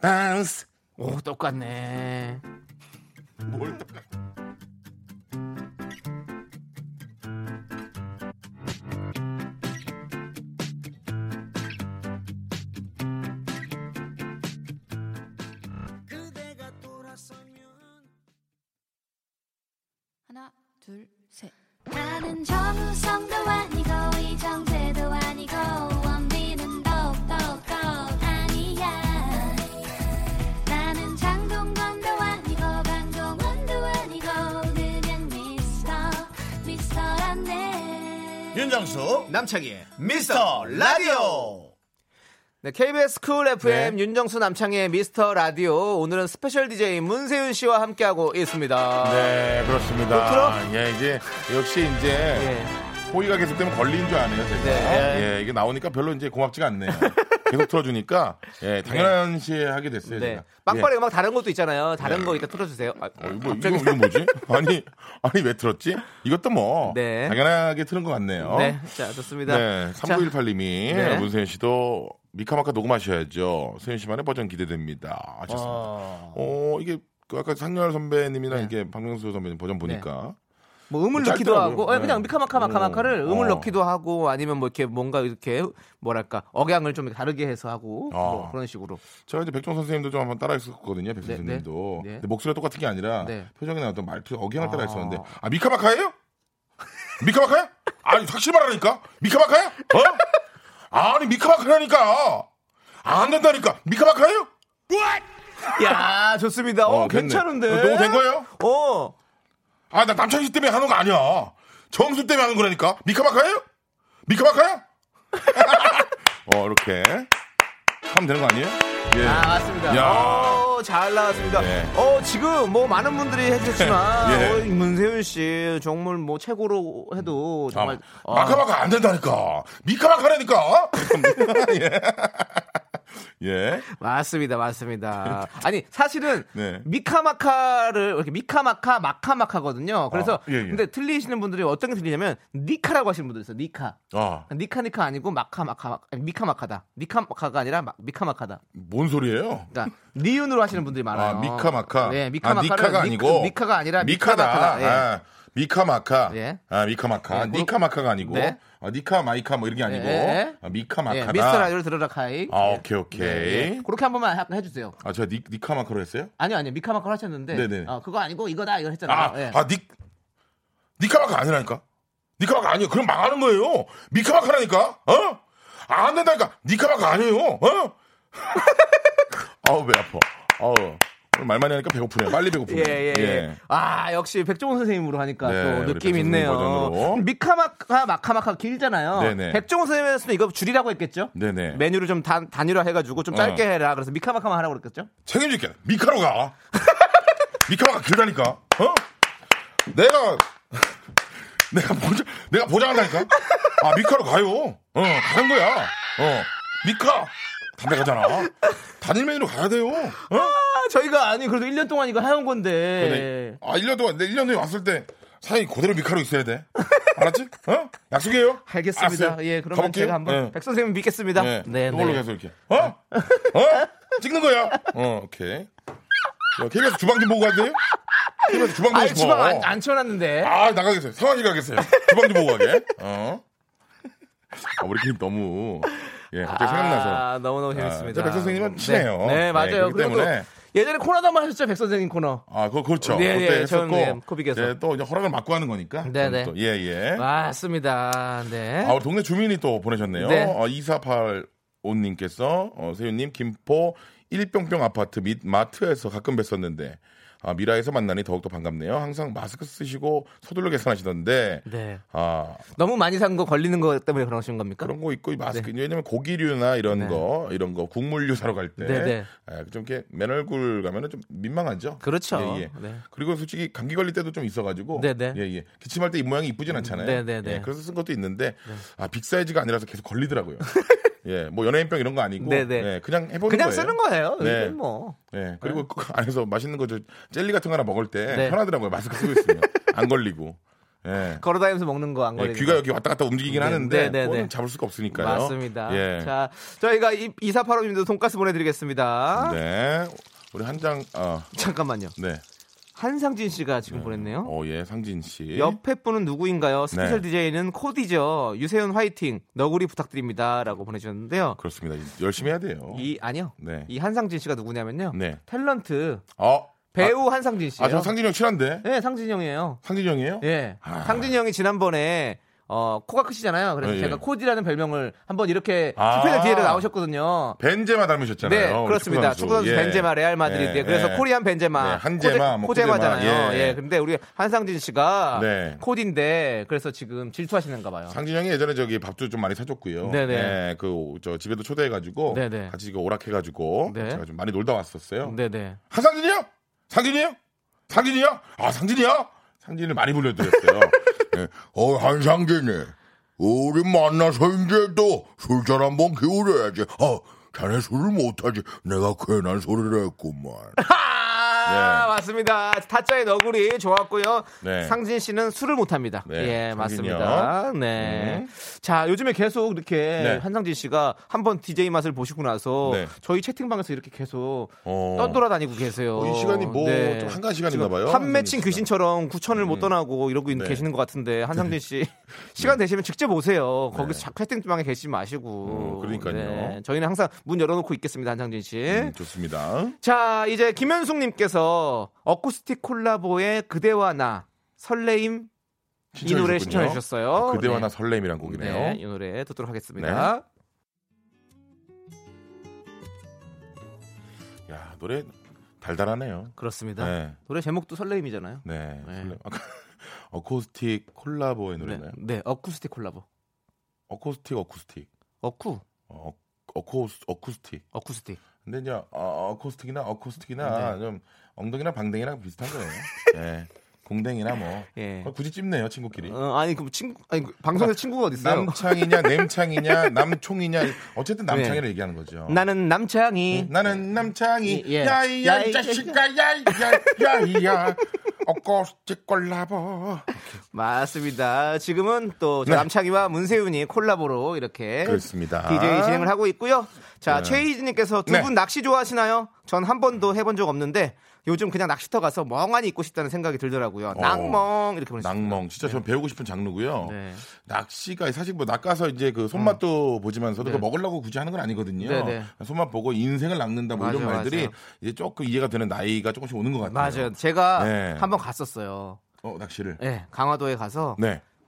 B: 댄스.
A: 오 똑같네.
B: 뭘
E: 하나 둘 셋. 나는 정우성도 아니고 이정재도 아니고 원빈은 더욱더 아니야 나는 장동건도 아니고 강동원도 아니고 그냥 미스터 미스터란데
J: 윤정수
A: 남창희.
J: 미스터 라디오
A: 네, KBS 쿨
B: 네.
A: FM 윤정수 남창희의 미스터 라디오 오늘은 스페셜 DJ 문세윤 씨와 함께하고 있습니다.
B: 네,
A: 또 틀어?
B: 그렇습니다. 예, 이제 역시 이제
A: 아. 그렇죠? 예.
B: 호의가 계속되면 걸린 줄 아네요, 제가.
A: 네.
B: 예, 이게 나오니까 별로 이제
A: [LAUGHS]
B: 고맙지가 않네요. 계속 틀어주니까 예, 당연한 시에 하게 됐어요,
A: 네.
B: 제가.
A: 빵빠레
B: 예. 네.
A: 음악 다른 것도 있잖아요. 다른 거 이따 틀어주세요. 아,
B: 어, 이거, 이거, 이거 뭐지? 아니, 아니 왜 틀었지? 이것도 뭐
A: 네.
B: 당연하게 틀은 것 같네요.
A: 네, 자 좋습니다.
B: 어? 네,
A: 자,
B: 3918님이
A: 네.
B: 문세윤 씨도 미카마카 녹음하셔야죠. 세윤 씨만의 버전 기대됩니다. 하셨습니다.
A: 아.
B: 어, 이게 그 아까 상렬
A: 네.
B: 선배님이랑 이게 박명수 선배님 버전 보니까
A: 뭐 음을
B: 뭐
A: 넣기도
B: 짧더라고요.
A: 하고, 아니, 그냥
B: 네.
A: 미카마카마카마카를
B: 어.
A: 음을
B: 어.
A: 넣기도 하고, 아니면 뭐 이렇게 뭔가 이렇게 뭐랄까 억양을 좀 다르게 해서 하고 뭐
B: 아.
A: 그런 식으로.
B: 제가 이제 백종 선생님도 좀 한번 따라했었거든요. 백
A: 네,
B: 선생님도
A: 네.
B: 근데 목소리가 똑같은 게 아니라
A: 네.
B: 표정이나 어떤 말투 억양을
A: 아.
B: 따라했었는데 아 미카마카예요? [LAUGHS] 미카마카야? 아니 확실히 말하니까 미카마카야? 어? 아니 미카마카라니까 아, 안 된다니까 미카마카예요?
A: 야 좋습니다. 어, 괜찮은데.
B: 너무 된 거예요?
A: 어.
B: 아 나 남창희 씨 때문에 하는 거 아니야. 정수 때문에 하는 거라니까 미카마카예요? 미카마카야? [LAUGHS] 어 이렇게 하면 되는 거 아니에요? 예.
A: 아 맞습니다.
B: 야.
A: 어, 잘 나왔습니다.
B: 네.
A: 어 지금 뭐 많은 분들이 해주셨지만
B: [LAUGHS] 예.
A: 어, 문세윤 씨 정말 뭐 최고로 해도 정말
B: 아,
A: 아,
B: 마카마카 안 된다니까.
A: [LAUGHS]
B: 미카마카라니까. 예. 예.
A: 맞습니다,
B: [LAUGHS]
A: 맞습니다. 아니 사실은
B: 네.
A: 미카마카를 이렇게 미카마카 마카마카거든요. 그래서
B: 아, 예, 예.
A: 근데 틀리시는 분들이 어떤 게 틀리냐면 니카라고 하시는 분들 있어요. 니카,
B: 아,
A: 니카 니카 아니고 마카마카 마- 아니, 미카마카다. 미카마카가 아니라 마- 미카마카다.
B: 뭔 소리예요? [LAUGHS]
A: 그러니까 니은으로 하시는 분들이 많아요.
B: 아, 미카마카.
A: 네,
B: 아,
A: 미카마카를
B: 니카가
A: 니-
B: 아니고.
A: 니카가 아니라
B: 미카다.
A: 미카마카다. 예.
B: 아, 미카마카.
A: 예.
B: 아, 미카마카.
A: 예, 그리고-
B: 니카마카가 아니고.
A: 네.
B: 아, 니카 마이카 뭐 이런 게 아니고.
A: 예, 예.
B: 아, 미카마카다.
A: 예, 미스터 라디오를 들으라 카이.
B: 아, 오케이, 오케이.
A: 예, 예. 그렇게 한 번만 하- 해주세요.
B: 아, 제가 니, 니카마카로 했어요?
A: 아니요, 아니요. 미카마카 하셨는데
B: 네네.
A: 어, 그거 아니고 이거다 이거 했잖아요.
B: 아,
A: 예.
B: 아, 니, 니카마카 아니라니까? 니카마카 아니에요. 그럼 망하는 거예요. 미카마카라니까? 어? 안 된다니까? 니카마카 아니에요. 어? [LAUGHS] 아우, 배 아파. 아우. 오늘 말 많이 하니까 배고프네요. 빨리 배고프네요.
A: 예, 예, 예. 아, 역시 백종원 선생님으로 하니까
B: 네, 우리
A: 또 느낌
B: 백종원
A: 있네요.
B: 버전으로.
A: 미카마카, 마카마카 길잖아요.
B: 네네.
A: 백종원 선생님에서는 이거 줄이라고 했겠죠?
B: 네네.
A: 메뉴를 좀 단, 단일화 해가지고 좀 짧게
B: 어.
A: 해라. 그래서 미카마카만 하라고 그랬겠죠?
B: 책임질게. 미카로 가. [LAUGHS] 미카마카 길다니까? 어? 내가, 내가 보장, 내가 보장한다니까? 아, 미카로 가요. 어, 가는 거야. 어, 미카. 담배 가잖아. 단일 메뉴로 가야 돼요. 어?
A: 아, 저희가 아니, 그래도 1년 동안 이거 해온 건데.
B: 근데, 아, 1년 동안, 내 1년 후에 왔을 때, 사이 그대로 미카로 있어야 돼. 알았지? 어? 약속이에요?
A: 알겠습니다.
B: 알았어요.
A: 예, 그러면
B: 아, 가볼게요.
A: 제가 한번
B: 예.
A: 백 선생님 믿겠습니다.
B: 네.
A: 네,
B: 이걸로
A: 네.
B: 계속 이렇게. 어? 어? 찍는 거야. 어, 오케이. 야, KBS 주방 좀 보고 가세요. KBS 주방 보고
A: 아니,
B: 싶어.
A: 주방 안, 안 쳐놨는데.
B: 아, 나가겠어요. 상황이 가겠어요. 주방 좀 보고 가게. 어? 아, 우리 팀 너무. 예, 갑자기 생각나서.
A: 아, 너무너무 재밌습니다.
B: 저 백선생님은 친해요.
A: 네,
B: 네,
A: 네 맞아요.
B: 그렇기
A: 그리고
B: 때문에.
A: 또 예전에 코로나만 하셨죠, 백선생님 코너.
B: 아, 그거 그렇죠.
A: 네,
B: 그때
A: 네,
B: 했었고.
A: 저는, 네, 코빅에서.
B: 이제 또 이제 허락을 맞고 하는 거니까.
A: 네, 네.
B: 또, 예, 예.
A: 맞습니다. 네.
B: 아, 우리 동네 주민이 또 보내셨네요.
A: 네.
B: 어, 248 온님께서 어, 세윤님 김포 일병병 아파트 및 마트에서 가끔 뵀었는데 아, 미라에서 만나니 더욱더 반갑네요. 항상 마스크 쓰시고 서둘러 계산하시던데
A: 네.
B: 아
A: 너무 많이 산 거 걸리는 거 때문에 그러신 겁니까?
B: 그런 거 있고 이 마스크
A: 네.
B: 왜냐면 고기류나 이런 거 이런 거 국물류 사러 갈 때 예,
A: 네, 네.
B: 좀 이렇게 맨 얼굴 가면은 좀 민망하죠.
A: 그렇죠.
B: 예, 예.
A: 네.
B: 그리고 솔직히 감기 걸릴 때도 좀 있어가지고
A: 네, 네.
B: 예, 예. 기침할 때 입 모양이 이쁘진 않잖아요.
A: 네, 네, 네.
B: 예, 그래서 쓴 것도 있는데 아 빅사이즈가 아니라서
A: [LAUGHS]
B: 계속 걸리더라고요. 예, 뭐 연예인병 이런 거 아니고
A: 네, 네.
B: 예, 그냥 해보는
A: 그냥
B: 거예요.
A: 쓰는 거예요.
B: 네.
A: 이건 뭐.
B: 예, 그리고 그 안에서 맛있는 거저 젤리 같은 거 하나 먹을 때
A: 네.
B: 편하더라고요. 마스크 쓰고
A: [LAUGHS]
B: 있으면 안 걸리고. 예.
A: 걸어다니면서 먹는 거 안
B: 예,
A: 걸리고.
B: 귀가 여기 왔다 갔다 움직이긴 하는데
A: 네, 네,
B: 그거는
A: 네.
B: 잡을 수가 없으니까요.
A: 맞습니다.
B: 예.
A: 자, 저희가 2485님도 돈가스 보내드리겠습니다.
B: 네. 우리 한 장, 어,
A: 잠깐만요.
B: 네.
A: 한상진 씨가 지금 보냈네요.
B: 어, 예, 상진 씨.
A: 옆에 분은 누구인가요? 스페셜
B: 네.
A: DJ는 코디죠. 유세윤 화이팅. 너구리 부탁드립니다. 라고 보내주셨는데요.
B: 그렇습니다. 열심히 해야 돼요.
A: 이, 아니요.
B: 네.
A: 이 한상진 씨가 누구냐면요.
B: 네.
A: 탤런트.
B: 어.
A: 배우 한상진
B: 아,
A: 씨예요.
B: 아, 저 상진이 아. 형 친한데?
A: 네, 상진 형이에요.
B: 상진이 형이에요?
A: 예. 상진이 형이 지난번에 어, 코가 크시잖아요. 그래서
B: 예, 예.
A: 제가 코디라는 별명을 한번 이렇게
B: 아.
A: 스페셜 뒤에로 나오셨거든요.
B: 벤제마 닮으셨잖아요.
A: 네,
B: 우리
A: 그렇습니다.
B: 축구선수.
A: 축구선수
B: 예.
A: 벤제마 레알 마드리드.
B: 예,
A: 그래서
B: 예.
A: 코리안 벤제마,
B: 네, 한제마, 뭐
A: 코제, 마잖아요
B: 코제마,
A: 예.
B: 예.
A: 근데 우리 한상진 씨가
B: 네.
A: 코디인데 그래서 지금 질투하시는가 봐요.
B: 상진이 형이 예전에 저기 밥도 좀 많이 사줬고요.
A: 네네.
B: 예, 그, 저 집에도 초대해가지고.
A: 네네.
B: 같이 그 오락해가지고.
A: 네.
B: 제가 좀 많이 놀다 왔었어요.
A: 네네.
B: 한상진이 형! 상진이 형! 상진이 형! 아, 상진이 형! 상진을
A: [LAUGHS]
B: 많이 불러드렸어요. 예. 어, 한상진이. 우리 만나서 이제 또 술잔 한번 기울여야지. 아, 자네 술을 못하지. 내가 괜한 소리를 했구만.
A: 아, 맞습니다. 타짜의 너구리 좋았고요.
B: 네.
A: 상진 씨는 술을 못합니다.
B: 네,
A: 예,
B: 상진이요.
A: 맞습니다. 네.
B: 음.
A: 자, 요즘에 계속 이렇게 한상진 씨가 한번 DJ 맛을 보시고 나서
B: 네.
A: 저희 채팅방에서 이렇게 계속
B: 어.
A: 떠돌아다니고 계세요. 네.
B: 어, 이 시간이 뭐좀 한가한 시간인가 봐요,
A: 한 맺힌
B: 한상진 씨가. 음.
A: 귀신처럼 구천을 못 떠나고 이러고 있-
B: 네. 네.
A: 계시는 것 같은데 한상진 씨 [LAUGHS] 시간 되시면 직접 오세요. 거기서 자꾸 채팅방에 계시지 마시고. 네.
B: 어, 그러니까요.
A: 저희는 항상 문 열어놓고 있겠습니다, 한상진 씨.
B: 음, 좋습니다.
A: 자, 이제 김현숙님께서 어쿠스틱 콜라보의 그대와 나 설레임 이 노래 신청해 주셨어요.
B: 아, 그대와
A: 네.
B: 나 설렘이란 곡이네요. 네.
A: 네, 이 노래 듣도록 하겠습니다.
B: 야, 노래 달달하네요.
A: 그렇습니다.
B: 네.
A: 노래 제목도 설레임이잖아요.
B: 네.
A: 네.
B: 설렘. 아까 [LAUGHS] 어쿠스틱 콜라보의
A: 네,
B: 노래나요?
A: 네, 어쿠스틱 콜라보.
B: 어쿠스틱 어쿠스틱.
A: 어쿠,
B: 어, 어쿠스 어쿠스틱.
A: 어쿠스틱.
B: 근데 이제 어, 어쿠스틱이나 어쿠스틱이나
A: 네.
B: 좀 엉덩이나 방댕이랑 비슷한
A: [LAUGHS]
B: 거예요. 예. 공댕이나 뭐
A: 예.
B: 그걸 굳이 찝네요 친구끼리.
A: 어, 아니 그럼 친구, 아니 그 방송에서 친구가 어디 있어요? [LAUGHS]
B: 남창이냐 냄창이냐 남총이냐 어쨌든 남창이를 얘기하는 거죠.
A: 네. 나는 남창이.
B: 네, 나는 남창이
A: 예.
B: 야이
A: 야이,
B: 야이 자식아 야야야야 어꼬스틱 콜라보
A: 맞습니다. 지금은 또
B: 네.
A: 남창이와 문세윤이 콜라보로 이렇게
B: 그렇습니다.
A: DJ 네. 진행을 하고 있고요. 자, 최희진님께서 두
B: 아. 네.
A: 분 낚시 좋아하시나요? 전 한 번도 해본 적 없는데 요즘 그냥 낚시터 가서 멍하니 있고 싶다는 생각이 들더라고요.
B: 어.
A: 낭멍 이렇게 보내주세요.
B: 낭멍 진짜 전 배우고 싶은 장르고요.
A: 네.
B: 낚시가 사실 뭐 낚아서 이제 그 손맛도 보지만서도
A: 네.
B: 그 먹으려고 굳이 하는 건 아니거든요.
A: 네, 네.
B: 손맛 보고 인생을 낚는다 뭐 이런
A: 맞아요,
B: 말들이
A: 맞아요.
B: 이제 조금 이해가 되는 나이가 조금씩 오는 것 같아요.
A: 맞아요. 제가
B: 네.
A: 한 번 갔었어요.
B: 어 낚시를.
A: 예,
B: 네.
A: 강화도에 가서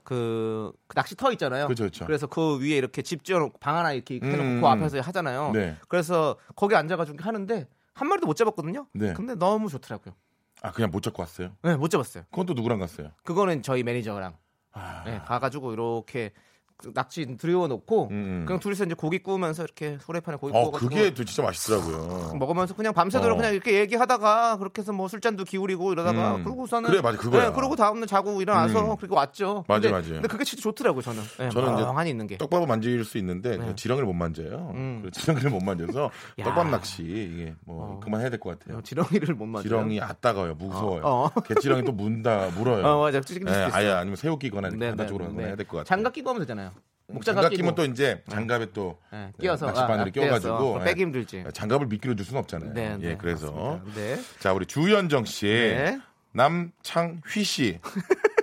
A: 그, 그 낚시터 있잖아요.
B: 그쵸, 그쵸.
A: 래서그 위에 이렇게 집 지어놓고 방 하나 이렇게 해놓고
B: 음,
A: 그 앞에서 하잖아요.
B: 네.
A: 그래서 거기 앉아가지고 하는데 한 마리도 못 잡았거든요.
B: 네.
A: 근데 너무 좋더라고요.
B: 아 그냥 못 잡고 왔어요.
A: 네, 못 잡았어요.
B: 그건 또 누구랑 갔어요?
A: 그거는 저희 매니저랑
B: 아.
A: 네, 가가지고 이렇게 그 낙지 들여놓고
B: 음, 음.
A: 그냥 둘이서 이제 고기 구우면서 이렇게 뭐 후라이팬에 고기 구워
B: 어 그게 또 진짜
A: 뭐
B: 맛있더라고요.
A: 먹으면서 그냥 밤새도록
B: 어.
A: 그냥 이렇게 얘기하다가 그렇게 해서 뭐 술잔도 기울이고 이러다가
B: 음.
A: 그러고서는 네,
B: 그래, 맞아, 그거야.
A: 그러고 다음날 자고 일어나서
B: 음.
A: 그리고 왔죠.
B: 맞아,
A: 근데,
B: 맞아.
A: 근데 그게 진짜 좋더라고 요 저는. 네,
B: 저는 이제
A: 멍하니 있는 게. 네. 음.
B: 떡밥을 만질 수 있는데 그냥 지렁이를 못 만져요. 그래서 지렁이를 못 만져서
A: 야.
B: 떡밥 낚시 이게 뭐 그만해야 될 것 같아요.
A: 어, 지렁이를 못 맞아.
B: 지렁이 아따가워요, 무서워요.
A: 어, 어.
B: 개지렁이 또 문다, 물어요.
A: 어, 맞아. 찢어질 수도 있어요.
B: 네, 아예 아니면 새우 끼거나
A: 네,
B: 바다
A: 네,
B: 쪽으로
A: 네,
B: 가거나
A: 네.
B: 해야 될 것 같아요.
A: 장갑 끼고 하면 되잖아요. 목장갑
B: 장갑 끼면 또 이제 장갑에 또그
A: 네, 끼워서
B: 낚싯바늘에
A: 아, 아,
B: 끼워가지고
A: 끼워서. 빼기 힘들지.
B: 예, 장갑을 미끼로 줄 수는 없잖아요.
A: 네, 네,
B: 예, 그래서
A: 맞습니다. 네.
B: 자 우리 주현정 씨,
A: 네.
B: 남창휘 씨.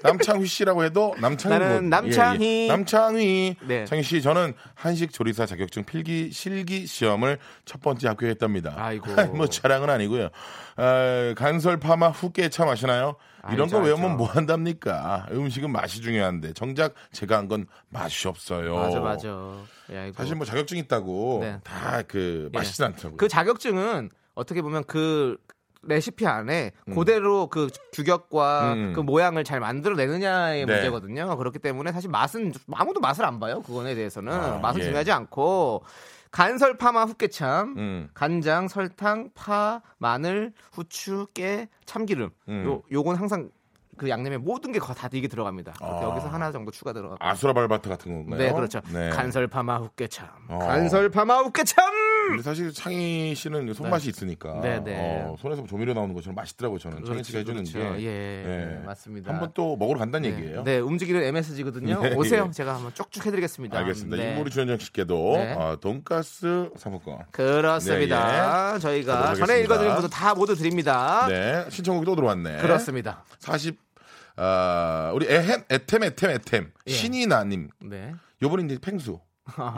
B: 남창휘 씨라고 해도 남창휘
A: 나는
B: 뭐-
A: 남창휘.
B: 남창휘
A: 네.
B: 창휘 씨 저는 한식 조리사 자격증 필기 실기 시험을 첫 번째 [LAUGHS] 합격했답니다
A: 아이고.
B: 뭐 자랑은 아니고요 아, 간설 파마 후깨 차 마시나요 이런 거
A: 알죠,
B: 외우면
A: 알죠.
B: 뭐 한답니까? 음식은 맛이 중요한데 정작 제가 한 건 맛이 없어요.
A: 맞아 맞아. 예, 아이고.
B: 사실 뭐 자격증 있다고
A: 네.
B: 다 그 맛있진 않더라고요.
A: 그 자격증은 어떻게 보면 그 레시피 안에 그대로 그 규격과
B: 음.
A: 그 모양을 잘 만들어내느냐의
B: 네.
A: 문제거든요. 그렇기 때문에 사실 맛은 아무도 맛을 안 봐요. 그거에 대해서는
B: 아,
A: 맛은
B: 예.
A: 중요하지 않고 간설 파마 후깨참
B: 음.
A: 간장, 설탕, 파, 마늘, 후추, 깨, 참기름
B: 음.
A: 요 요건 항상 그 양념에 모든 게 다 이게 들어갑니다. 그렇게
B: 아.
A: 여기서 하나 정도 추가 들어가고.
B: 아수라 발바트 같은 건가요?
A: 네, 그렇죠.
B: 네.
A: 간설 파마 후깨참.
B: 어.
A: 간설 파마 후깨참.
B: 근데 사실 창희 씨는 손맛이 있으니까
A: 네, 네.
B: 어, 손에서 조미료 나오는 것처럼 맛있더라고요. 저는 창희 씨가 해주는
A: 그렇죠.
B: 게 네.
A: 예, 예, 맞습니다.
B: 한번 또 먹으러 간다는 얘기예요.
A: 네, 움직이는 MSG거든요.
B: [LAUGHS] 네,
A: 오세요.
B: 예.
A: 제가 한번 쭉쭉 해드리겠습니다.
B: 알겠습니다.
A: 네.
B: 인물이 주현정 씨께도
A: 네.
B: 아, 돈가스 사먹권.
A: 그렇습니다. 저희가
B: 네, 예. 가도록
A: 전에
B: 하겠습니다.
A: 읽어드린 분들 다 모두 드립니다.
B: 네, 신청곡이 또 들어왔네.
A: 아. 그렇습니다.
B: 40 아, 우리 에헴 에템 에템 에템
A: 예.
B: 신이 나님
A: 네.
B: 요번에 이제
A: [LAUGHS]
B: 팽수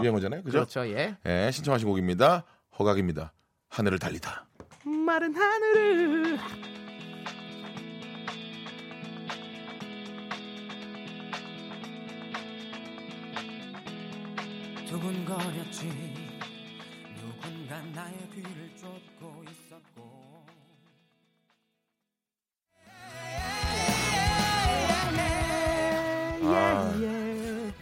B: 유행어잖아요, 그죠?
A: 그렇죠. 예.
B: 예, 신청하신 곡입니다. 허각입니다. 하늘을 달리다.
A: 마른 하늘을
I: 두근거렸지 누군가 나의 귀를 쫓고 있었고
B: 아,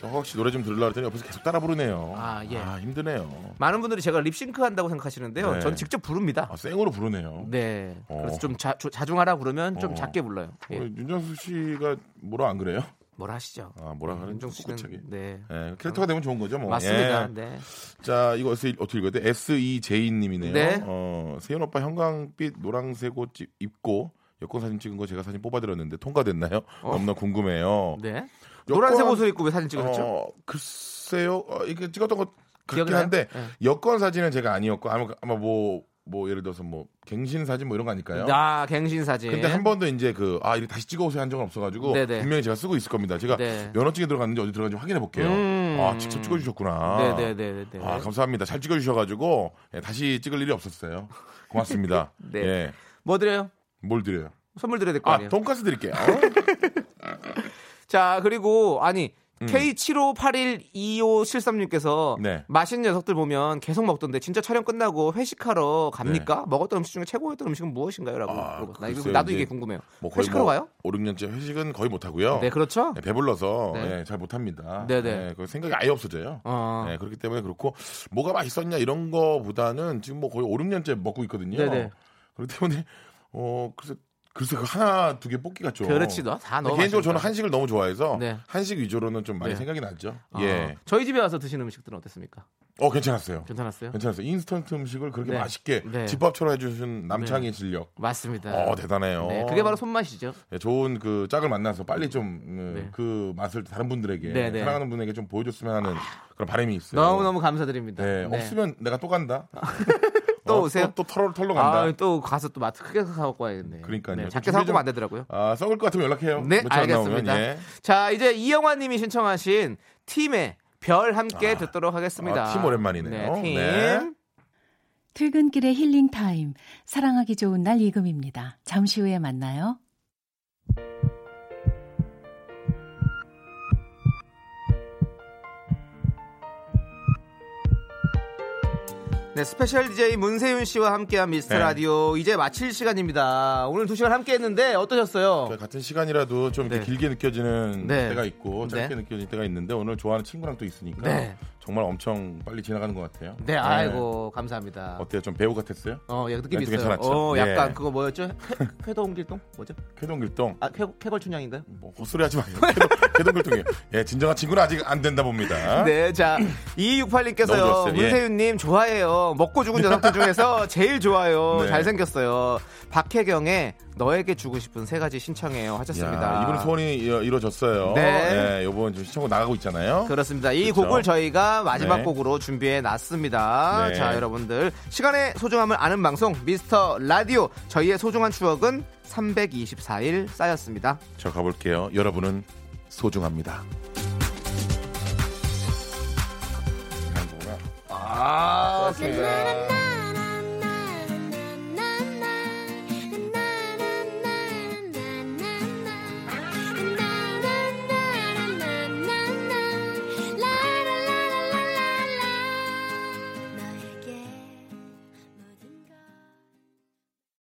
B: 저 허각 씨 노래 좀 들으려고 했더니 옆에서 계속 따라 부르네요.
A: 예, 아, 예.
B: 힘드네요.
A: 많은 분들이 제가 립싱크 한다고 생각하시는데요.
B: 네.
A: 전 직접 부릅니다.
B: 아, 생으로 부르네요.
A: 네.
B: 어.
A: 그래서 좀 자, 조- 자중하라 그러면 좀
B: 어.
A: 작게 불러요.
B: 어,
A: 예.
B: 윤정수 씨가 뭐라 안 그래요?
A: 뭘 하시죠? 음,
B: 아, 뭐라 하는
A: 윤종
B: 꿋꿋하게.
A: 씨는 네.
B: 예, 캐릭터가 되면 좋은 거죠, 뭐.
A: 맞습니다.
B: 예.
A: 네.
B: 자, 이거 어떻게 어떻게 읽어야 돼? SEJ님이네요.
A: 네.
B: 어, 세윤 오빠 형광빛 노랑색 옷 집- 입고 여권 사진 찍은 거 제가 사진 뽑아드렸는데 통과됐나요? 너무나 궁금해요.
A: 어. 네.
B: 어. 여권-
A: 노란색 옷을 입고 왜 사진 찍으셨죠?
B: 어, 글쎄요. 어, 이게 찍었던 것
A: 기억이
B: 같긴
A: 나요?
B: 한데
A: 네.
B: 여권 사진은 제가 아니었고 아마 아마 뭐, 뭐 예를 들어서 뭐 갱신 사진 뭐 이런 거 아닐까요?
A: 아 갱신 사진.
B: 근데 한 번도 이제 그 아 이거 다시 찍어오세요 한 적은 없어가지고
A: 네네.
B: 분명히 제가 쓰고 있을 겁니다. 제가
A: 네.
B: 면허증에 들어갔는지 어디 들어갔는지 확인해 볼게요.
A: 음.
B: 아 직접 찍어주셨구나.
A: 네네네네.
B: 아 감사합니다. 잘 찍어주셔가지고 예, 다시 찍을 일이 없었어요. 고맙습니다.
A: [LAUGHS] 네.
B: 예,
A: 뭐 드려요?
B: 뭘 드려요?
A: 선물 드려야 될 거
B: 아
A: 아니에요?
B: 돈까스 드릴게요.
A: [LAUGHS] 자 그리고 아니 K75812573님께서
B: 음. 네.
A: 맛있는 녀석들 보면 계속 먹던데 진짜 촬영 끝나고 회식하러 갑니까? 먹었던 음식 중에 최고였던 음식은 무엇인가요?라고
B: 네. 아,
A: 물어봤어요. 나 이거-
B: 글쎄요,
A: 나도
B: 이제
A: 이게 궁금해요.
B: 뭐 거의
A: 회식하러
B: 뭐
A: 가요?
B: 5, 6년째 회식은 거의 못 하고요.
A: 네 그렇죠.
B: 예, 배불러서
A: 네.
B: 예, 잘 못합니다.
A: 네네.
B: 예, 그 생각이 아예 없어져요.
A: 어.
B: 예, 그렇기 때문에 그렇고 뭐가 맛있었냐 이런 거보다는 지금 뭐 거의 5, 6년째 먹고 있거든요.
A: 네네.
B: 그렇기 때문에 어 글쎄 글쎄 그 하나 두 개 뽑기가 좀
A: 그렇지 너다 넣어.
B: 개인적으로 저는
A: 마시니까.
B: 한식을 너무 좋아해서
A: 네.
B: 한식 위주로는 좀 많이
A: 네.
B: 생각이 나죠.
A: 아,
B: 예.
A: 저희 집에 와서 드시는 음식들은 어땠습니까?
B: 어 괜찮았어요.
A: 괜찮았어요?
B: 괜찮았어요. 인스턴트 음식을 그렇게
A: 네.
B: 맛있게
A: 네.
B: 집밥처럼 해주신 남창의 실력.
A: 맞습니다.
B: 어 대단해요.
A: 네, 그게 바로 손맛이죠.
B: 네, 좋은 그 짝을 만나서 빨리 좀 그
A: 네.
B: 맛을 다른 분들에게
A: 네, 네.
B: 사랑하는 분에게 좀 보여줬으면 하는 그런 바람이 있어요.
A: 너무 너무 감사드립니다.
B: 네,
A: 네.
B: 없으면 내가 또 간다.
A: [LAUGHS] 또
B: 어,
A: 오세요?
B: 또, 또 털어 털러 간다.
A: 아, 또 가서 또 마트 크게 사갖고 와야겠네.
B: 그러니까요.
A: 네,
B: 좀
A: 작게
B: 준비
A: 사갖고
B: 좀-
A: 안 되더라고요.
B: 아, 썩을 것 같으면 연락해요.
A: 네,
B: 며칠 안 나오면,
A: 알겠습니다.
B: 예.
A: 자, 이제 이영환님이 신청하신 팀의 별 함께 듣도록 하겠습니다.
B: 아, 팀 오랜만이네요.
A: 네, 팀.
B: 네.
G: 퇴근길의 힐링 타임. 사랑하기 좋은 날 이금입니다. 잠시 후에 만나요.
A: 네, 스페셜 DJ 문세윤 씨와 함께한 미스터
B: 네.
A: 라디오 이제 마칠 시간입니다. 오늘 두 시간 함께했는데 어떠셨어요?
B: 저희 같은 시간이라도 좀 이렇게
A: 네.
B: 길게 느껴지는
A: 네.
B: 때가 있고 짧게
A: 네.
B: 느껴지는 때가 있는데 오늘 좋아하는 친구랑 또 있으니까
A: 네.
B: 정말 엄청 빨리 지나가는 것 같아요.
A: 네, 아이고 감사합니다.
B: 어때요? 좀 배우 같았어요?
A: 어, 약 느낌
B: 멘트
A: 있어요.
B: 괜찮았죠?
A: 어, 약간
B: 예.
A: 그거 뭐였죠? 회, 회동길동 뭐죠?
B: 쾌동길동.
A: 아, 쾌, 쾌걸춘향인가요?
B: 뭐 헛소리 하지 마세요. 쾌동길동이에요. 예, 진정한 친구는 아직 안 된다
A: [LAUGHS]
B: 봅니다.
A: 네, 자, 2268님께서요.
B: 너무 좋았어요. 예.
A: 문세윤님 좋아해요. 먹고 죽은 녀석들 중에서 제일 좋아요.
B: 네.
A: 잘생겼어요. 박혜경의 너에게 주고 싶은 세 가지 신청해요. 하셨습니다.
B: 야, 이분 소원이 이루- 이루어졌어요.
A: 네.
B: 예, 요번 지금 시청곡 나가고 있잖아요.
A: 그렇습니다. 이
B: 그렇죠.
A: 곡을 저희가 마지막
B: 네.
A: 곡으로 준비해 놨습니다.
B: 네.
A: 자, 여러분들. 시간의 소중함을 아는 방송, 미스터 라디오. 저희의 소중한 추억은 324일 쌓였습니다.
B: 저 가볼게요. 여러분은 소중합니다. 이런 거구나.
A: 아,
E: 나, 나, 나,